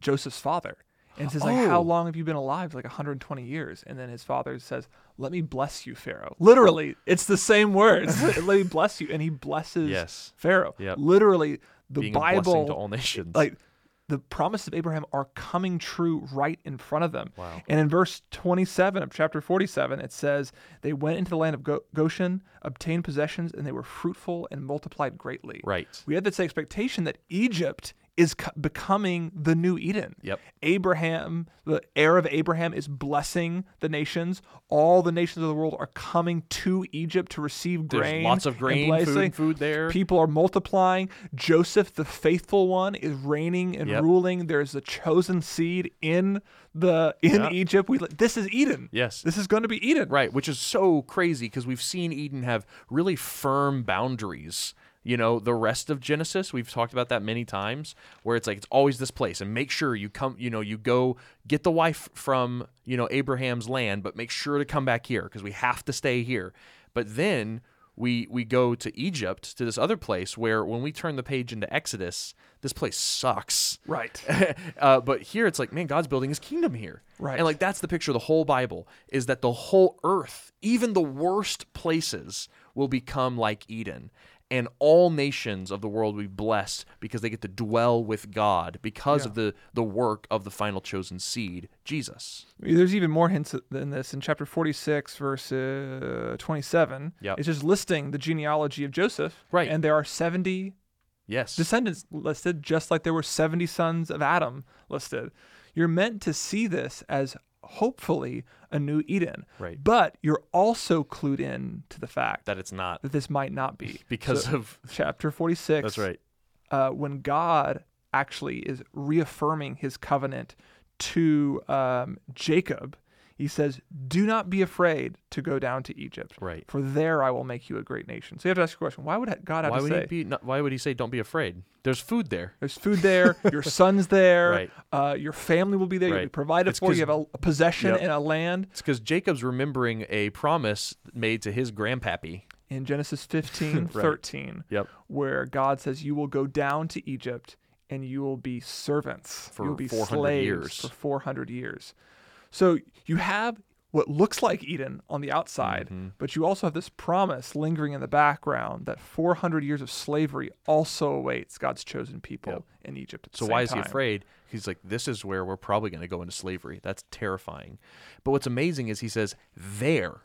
Speaker 2: Joseph's father and says, like, how
Speaker 1: Oh.
Speaker 2: long have you been alive? Like 120 years. And then his father says, let me bless you, Pharaoh. Literally, it's the
Speaker 1: *laughs*
Speaker 2: same words. let me bless you. And he blesses
Speaker 1: Yes.
Speaker 2: Pharaoh.
Speaker 1: Yep.
Speaker 2: Literally, the
Speaker 1: being a
Speaker 2: Bible
Speaker 1: blessing to all nations.
Speaker 2: like the promises of Abraham are coming true right in front of them.
Speaker 1: Wow.
Speaker 2: And in verse 27 of chapter 47, it says, They went into the land of Go- Goshen, obtained possessions, and they were fruitful and multiplied greatly.
Speaker 1: Right.
Speaker 2: We had this expectation that Egypt is co- becoming the new Eden.
Speaker 1: Yep.
Speaker 2: Abraham, the heir of Abraham, is blessing the nations. All the nations of the world are coming to Egypt to receive
Speaker 1: There's
Speaker 2: grain.
Speaker 1: lots of
Speaker 2: and
Speaker 1: grain, food and
Speaker 2: blessing.
Speaker 1: food there.
Speaker 2: People are multiplying. Joseph, the faithful one, is reigning and
Speaker 1: Yep.
Speaker 2: ruling. There's the chosen seed in the in
Speaker 1: Yeah.
Speaker 2: Egypt. We this is Eden.
Speaker 1: Yes.
Speaker 2: this is going to be Eden.
Speaker 1: Right, which is so crazy because we've seen Eden have really firm boundaries. You know, the rest of Genesis, we've talked about that many times, where it's like it's always this place and make sure you come, you know, you go get the wife from, you know, Abraham's land, but make sure to come back here because we have to stay here. But then we we go to Egypt, to this other place where when we turn the page into Exodus, this place sucks.
Speaker 2: Right.
Speaker 1: *laughs* uh, but here it's like, man, God's building his kingdom here.
Speaker 2: Right.
Speaker 1: And like that's the picture of the whole Bible is that the whole earth, even the worst places, will become like Eden. And all nations of the world will be blessed because they get to dwell with God because of the, the work of the final chosen seed, Jesus.
Speaker 2: There's even more hints than this in chapter 46, verse uh, 27.
Speaker 1: Yep.
Speaker 2: It's just listing the genealogy of Joseph.
Speaker 1: Right.
Speaker 2: And there are 70
Speaker 1: Yes.
Speaker 2: descendants listed, just like there were 70 sons of Adam listed. You're meant to see this as hopefully a new Eden.
Speaker 1: Right.
Speaker 2: But you're also clued in to the fact
Speaker 1: that it's not
Speaker 2: that this might not be
Speaker 1: *laughs* because
Speaker 2: So, *laughs*
Speaker 1: of
Speaker 2: chapter 46.
Speaker 1: that's right.
Speaker 2: Uh, when God actually is reaffirming his covenant to um, Jacob, he says, Do not be afraid to go down to Egypt,
Speaker 1: Right.
Speaker 2: for there I will make you a great nation. So you have to ask your question why would God have
Speaker 1: Why
Speaker 2: to
Speaker 1: would
Speaker 2: say,
Speaker 1: he be? Not, why would he say, "Don't be afraid"? There's food there.
Speaker 2: There's food
Speaker 1: *laughs*
Speaker 2: there, your son's there,
Speaker 1: Right.
Speaker 2: uh, your family will be there, you'll be
Speaker 1: Right.
Speaker 2: provided
Speaker 1: It's
Speaker 2: for,
Speaker 1: 'cause-
Speaker 2: you have a, a possession
Speaker 1: Yep.
Speaker 2: and a land.
Speaker 1: It's because Jacob's remembering a promise made to his grandpappy. *laughs*
Speaker 2: in Genesis 15, 13,
Speaker 1: Yep.
Speaker 2: where God says, You will go down to Egypt and you will be servants.
Speaker 1: For
Speaker 2: you will be
Speaker 1: 400
Speaker 2: slaves
Speaker 1: years.
Speaker 2: for 400 years. So you have what looks like Eden on the outside,
Speaker 1: Mm-hmm.
Speaker 2: but you also have this promise lingering in the background that 400 years of slavery also awaits God's chosen people in Egypt. At the
Speaker 1: So
Speaker 2: same
Speaker 1: why is he
Speaker 2: time.
Speaker 1: afraid? He's like, this is where we're probably going to go into slavery. That's terrifying. But what's amazing is he says, there,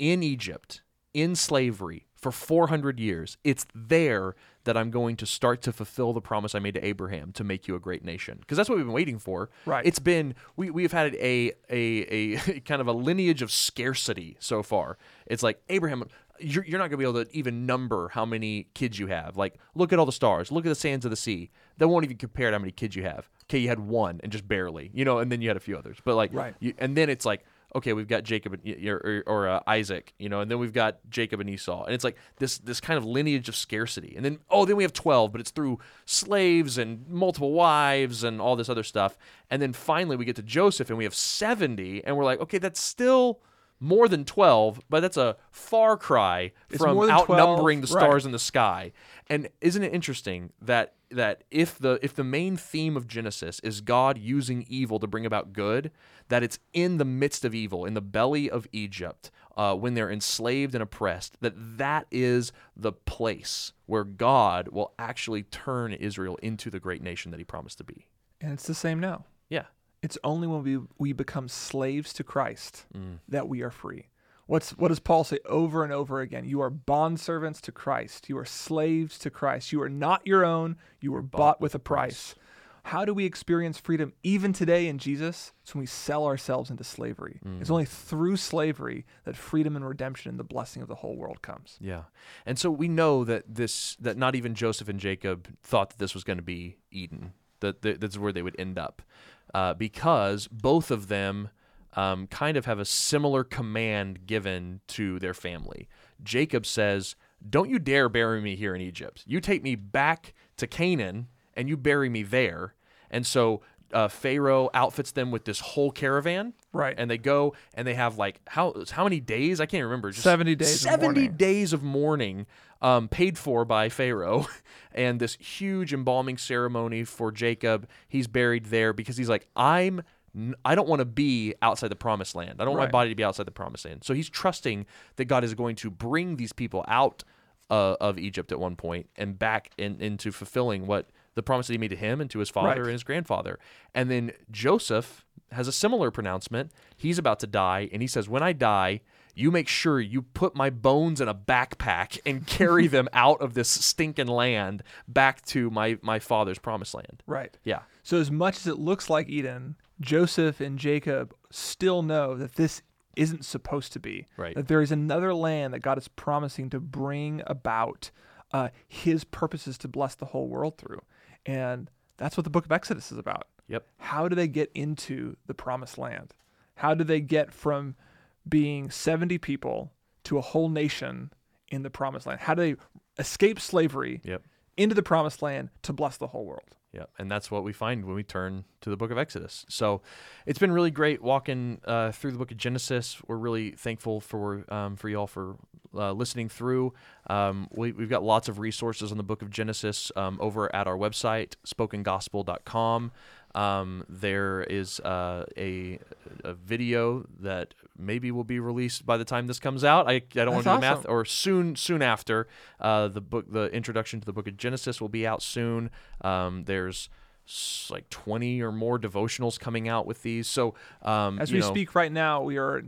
Speaker 1: in Egypt, in slavery for 400 years, it's there that I'm going to start to fulfill the promise I made to Abraham to make you a great nation. Because that's what we've been waiting for.
Speaker 2: Right.
Speaker 1: It's been we we've had a a a *laughs* kind of a lineage of scarcity so far. It's like Abraham. You're, you're not going to be able to even number how many kids you have. Like, look at all the stars. Look at the sands of the sea. That won't even compare to how many kids you have. Okay, you had one and just barely, you know, and then you had a few others. But like,
Speaker 2: Right.
Speaker 1: you, and then it's like, okay, we've got Jacob and, y- or, or, or, uh, Isaac, you know, and then we've got Jacob and Esau, and it's like this this kind of lineage of scarcity, and then oh, then we have twelve, but it's through slaves and multiple wives and all this other stuff, and then finally we get to Joseph and we have seventy, and we're like, okay, that's still more than twelve, but that's a far cry
Speaker 2: It's
Speaker 1: from
Speaker 2: more than 12,
Speaker 1: outnumbering the
Speaker 2: right.
Speaker 1: stars in the sky. And isn't it interesting that that if the if the main theme of Genesis is God using evil to bring about good, that it's in the midst of evil, in the belly of Egypt, uh, when they're enslaved and oppressed, that that is the place where God will actually turn Israel into the great nation that He promised to be.
Speaker 2: And it's the same now.
Speaker 1: Yeah,
Speaker 2: It's only when we, we become slaves to Christ that we are free. What's what does Paul say over and over again? You are bondservants to Christ. You are slaves to Christ. You are not your own. You were bought, with a price. How do we experience freedom even today in Jesus? It's when we sell ourselves into slavery. It's only through slavery that freedom and redemption and the blessing of the whole world comes.
Speaker 1: Yeah. And so we know that this that not even Joseph and Jacob thought that this was going to be Eden. That that- that's where they would end up, uh, because both of them um, kind of have a similar command given to their family. Jacob says, "Don't you dare bury me here in Egypt. You take me back to Canaan and you bury me there." And so uh, Pharaoh outfits them with this whole caravan,
Speaker 2: Right.
Speaker 1: And they go and they have like how how many days? I can't remember. Just
Speaker 2: 70 days of
Speaker 1: 70
Speaker 2: mourning.
Speaker 1: days of mourning um, paid for by Pharaoh *laughs* and this huge embalming ceremony for Jacob. He's buried there because he's like, I'm. n- I don't want to be outside the promised land. I don't want my
Speaker 2: Right.
Speaker 1: body to be outside the promised land. So he's trusting that God is going to bring these people out uh, of Egypt at one point and back in, into fulfilling what the promise that he made to him and to his father
Speaker 2: Right.
Speaker 1: and his grandfather. And then Joseph has a similar pronouncement. He's about to die, and he says, When I die, you make sure you put my bones in a backpack and carry them out of this stinking land back to my, my father's promised land.
Speaker 2: Right.
Speaker 1: Yeah.
Speaker 2: So, as much as it looks like Eden, Joseph and Jacob still know that this isn't supposed to be.
Speaker 1: Right.
Speaker 2: That there is another land that God is promising to bring about uh, his purposes to bless the whole world through. And that's what the book of Exodus is about.
Speaker 1: Yep.
Speaker 2: How do they get into the promised land? How do they get from being 70 people to a whole nation in the promised land? How do they escape slavery
Speaker 1: Yep.
Speaker 2: into the promised land to bless the whole world?
Speaker 1: Yeah, and that's what we find when we turn to the book of Exodus. So it's been really great walking uh, through the book of Genesis. We're really thankful for um, for y'all for uh, listening through. Um, we, we've got lots of resources on the book of Genesis um, over at our website, spokengospel.com. Um, there is uh, a, a video that maybe will be released by the time this comes out. I, I don't want to do
Speaker 2: That's
Speaker 1: the math
Speaker 2: awesome.
Speaker 1: or soon soon after uh, the book the introduction to the book of genesis will be out soon um, there's s- like 20 or more devotionals coming out with these. So, um,
Speaker 2: As
Speaker 1: you
Speaker 2: we
Speaker 1: know,
Speaker 2: speak right now, we are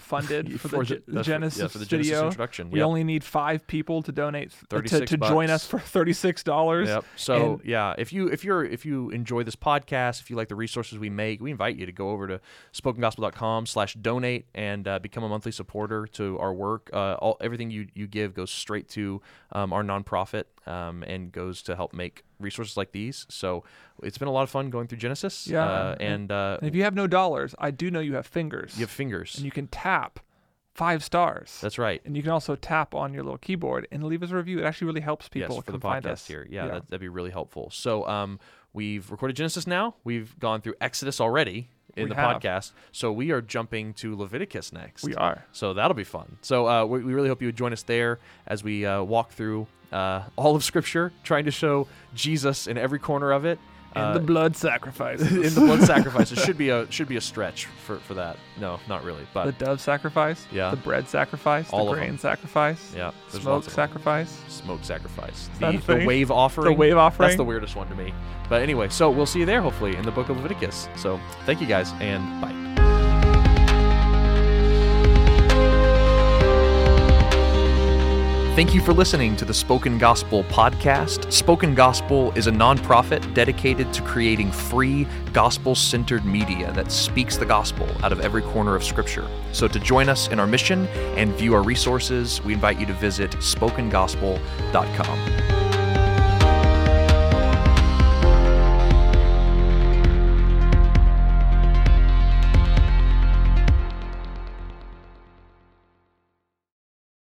Speaker 1: *laughs*
Speaker 2: funded for the,
Speaker 1: For
Speaker 2: Ge-
Speaker 1: the- that's for- yeah,
Speaker 2: Genesis
Speaker 1: for the Genesis
Speaker 2: studio.
Speaker 1: introduction,
Speaker 2: We
Speaker 1: yep.
Speaker 2: only need five people to donate uh, to,
Speaker 1: 36
Speaker 2: to join us
Speaker 1: bucks.
Speaker 2: for *laughs* $36.
Speaker 1: Yep. So
Speaker 2: And-
Speaker 1: yeah, if you if you're if you enjoy this podcast, if you like the resources we make, we invite you to go over to spokengospel.com slash donate and uh, become a monthly supporter to our work. Uh, all everything you you give goes straight to um, our nonprofit um, and goes to help make resources like these. So it's been a lot of fun going through Genesis.
Speaker 2: Yeah,
Speaker 1: Uh,
Speaker 2: and-
Speaker 1: and uh,
Speaker 2: and if you have no dollars, I do know you have fingers.
Speaker 1: you have fingers.
Speaker 2: and you can tap five stars.
Speaker 1: That's right.
Speaker 2: and you can also tap on your little keyboard and leave us a review. It actually really helps people
Speaker 1: yes, for
Speaker 2: come
Speaker 1: the
Speaker 2: find
Speaker 1: podcast
Speaker 2: us.
Speaker 1: here. Yeah, That, that'd be really helpful. So um, we've recorded Genesis now. We've gone through Exodus already in
Speaker 2: We
Speaker 1: the
Speaker 2: have.
Speaker 1: podcast. So we are jumping to Leviticus next.
Speaker 2: we are.
Speaker 1: So that'll be fun. So uh, we, we really hope you would join us there as we uh, walk through uh, all of Scripture, trying to show Jesus in every corner of it.
Speaker 2: And
Speaker 1: uh,
Speaker 2: the blood
Speaker 1: *laughs*
Speaker 2: sacrifice.
Speaker 1: in the blood sacrifice, it should be a should be a stretch for, for that. No, not really. But
Speaker 2: the dove sacrifice.
Speaker 1: Yeah.
Speaker 2: The bread sacrifice.
Speaker 1: All
Speaker 2: the
Speaker 1: of
Speaker 2: grain
Speaker 1: them.
Speaker 2: sacrifice.
Speaker 1: yeah, there's
Speaker 2: Smoke
Speaker 1: lots of them.
Speaker 2: sacrifice.
Speaker 1: smoke sacrifice.
Speaker 2: that
Speaker 1: The,
Speaker 2: a
Speaker 1: the
Speaker 2: thing?
Speaker 1: wave offering.
Speaker 2: The wave offering.
Speaker 1: That's the weirdest one to me. But anyway, so we'll see you there hopefully in the book of Leviticus. So thank you guys and bye.
Speaker 3: Thank you for listening to the Spoken Gospel podcast. Spoken Gospel is a nonprofit dedicated to creating free, gospel centered media that speaks the gospel out of every corner of Scripture. So, to join us in our mission and view our resources, we invite you to visit spokengospel.com.